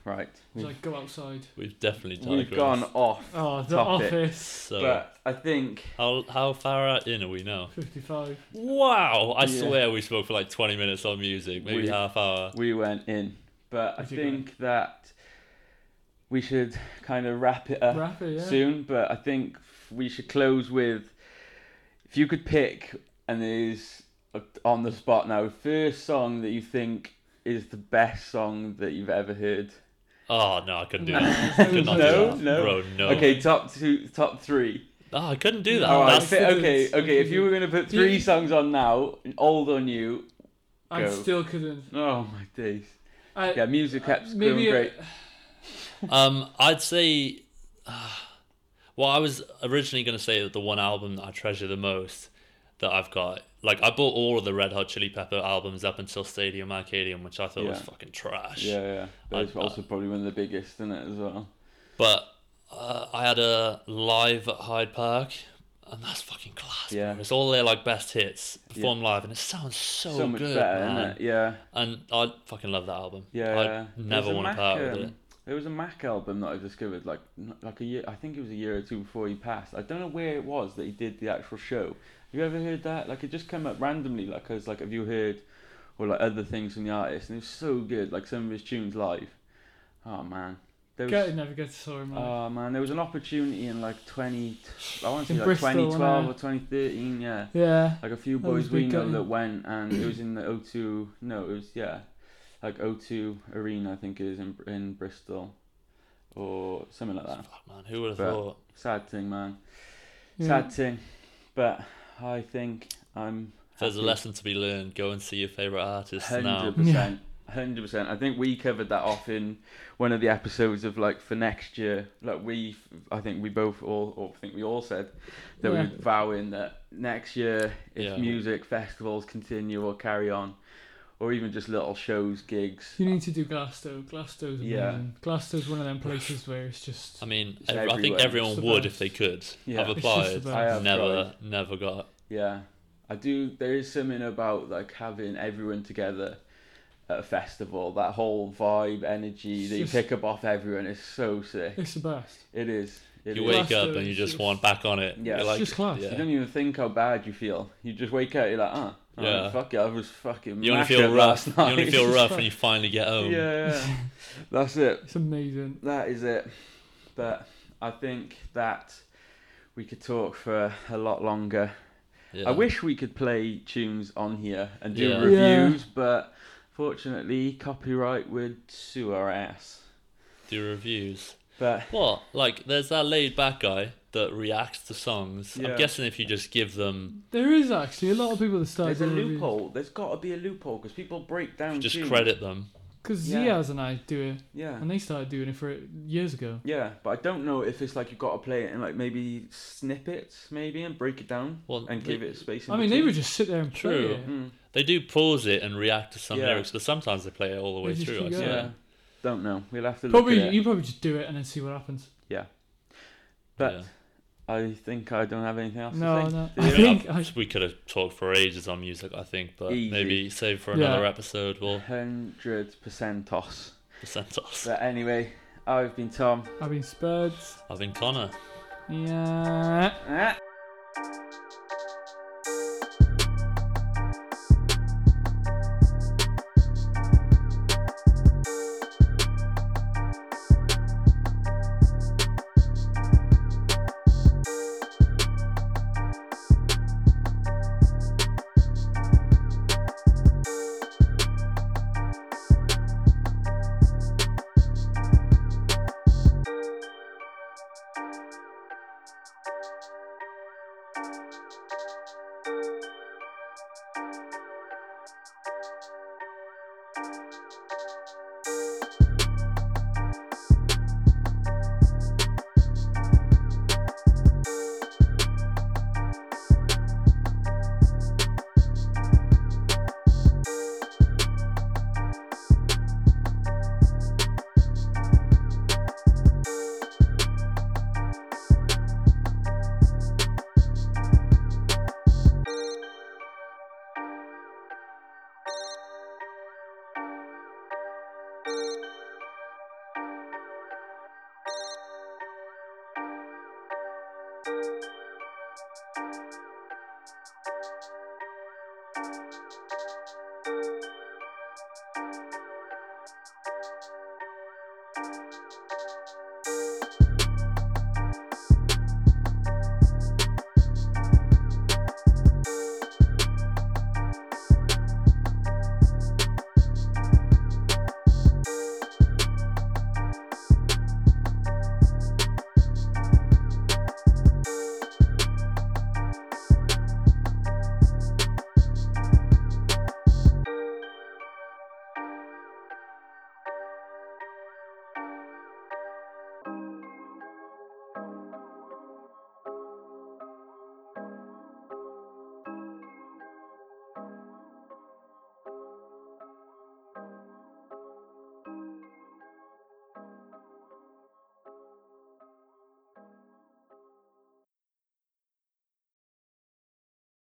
right, It's we've, like go outside. we've definitely we've digressed. gone off. Oh, the Topic. office. So But I think how how far out in are we now? Fifty-five. Wow! I Yeah. swear we spoke for like twenty minutes on music, maybe We- half hour. we went in. But I If you go. think that we should kind of wrap it up Wrap it, yeah. Uh, soon. But I think we should close with if you could pick, and there's on the spot now, first song that you think is the best song that you've ever heard. Oh no, I couldn't do No. that. I could not No, do that. no. Bro, no. Okay, top two, top three. Oh, I couldn't do that. All right, That's- fi- okay, That's- okay. If you were gonna put three songs on now, old on you. I Go. still couldn't. Oh my days. I, Yeah, music kept going maybe a- great. Um, I'd say. Uh, well, I was originally going to say that the one album that I treasure the most that I've got. Like I bought all of the Red Hot Chili Pepper albums up until Stadium Arcadium, which I thought was Yeah. fucking trash. Yeah, yeah. That's I- also probably one of the biggest in it as well. But uh, I had a live at Hyde Park, and that's fucking class. Yeah. man. it's all their like best hits performed live, and it sounds so, So much good, better, man. isn't it? Yeah, And I fucking love that album. yeah. I yeah. never There's a want to Mac, part with um, it. There was a Mac album that I discovered like n- like a year. I think it was a year or two before he passed. I don't know where it was that he did the actual show. Have you ever heard that? Like it just came up randomly. Like I was like, have you heard or like other things from the artist? And it was so good. Like some of his tunes live. Oh man, there Get, was. never get to saw him. live. Oh man, there was an opportunity in like twenty. I want to In say like Bristol, twenty twelve wasn't or twenty thirteen. Yeah. yeah. Like a few That was boys we big know gutting. that went, and it was in the O2. No, it was yeah, like O2 Arena, I think it is in in Bristol, or something like that. Fuck man, who would have But- thought? Sad thing, man. yeah. Sad thing, but I think I'm. If there's a happy. lesson to be learned, go and see your favorite artists now. Hundred percent. Hundred percent. I think we covered that off in one of the episodes of like for next year. Like we, I think we both all, or I think we all said that we Yeah. were vowing that next year, if Yeah. music festivals continue or carry on, or even just little shows, gigs, You need to do Glasgow. Glasgow's amazing. Yeah. Glasgow's one of them places where it's just. I mean, It's ev- I think everywhere. everyone It's the would best. if they could. Yeah. I've It's just the applied, best. I have never, never got. Yeah, I do. There is something about like having everyone together at a festival. That whole vibe, energy It's that you just- pick up off everyone is so sick. It's the best. It is. It You is. wake Glasgow up and you is just just- want back on it. Yeah. You're It's like, just class. You Yeah. don't even think how bad you feel. You just wake up, you're like, ah, oh, Yeah. fuck it, I was fucking. You only knackered feel rough. last You only night." feel It's rough just when you finally get home. yeah, yeah. that's it. It's amazing. That is it. But I think that we could talk for a lot longer. Yeah. I wish we could play tunes on here and do Yeah. Yeah. reviews, but fortunately, copyright would sue our ass. do reviews. But What? Like, there's that laid back guy that reacts to songs. Yeah. I'm guessing if you just give them, There is actually a lot of people that start there's a doing reviews. loophole. There's got to be a loophole because people break down. just tunes. credit them. Because Yeah. Ziaz and I do it, Yeah. and they started doing it for years ago. Yeah, but I don't know if it's like you've got to play it in like maybe snippets, maybe, and break it down Well, and they- give it space. in I mean, they between. would just sit there and play True. it. Mm, They do pause it and react to some Yeah. lyrics, but sometimes they play it all the way They just through. I keep yeah. Yeah. swear. Don't know. We'll have to look Probably at it. you probably just do it and then see what happens. But Yeah. I think I don't have anything else No, to say. no. Do I you? think I, we could have talked for ages on music, I think, but Easy. maybe save for Yeah. another episode. We'll Hundred percent toss. send us. But anyway, I've been Tom. I've been spurred. I've been Connor. Yeah. Ah.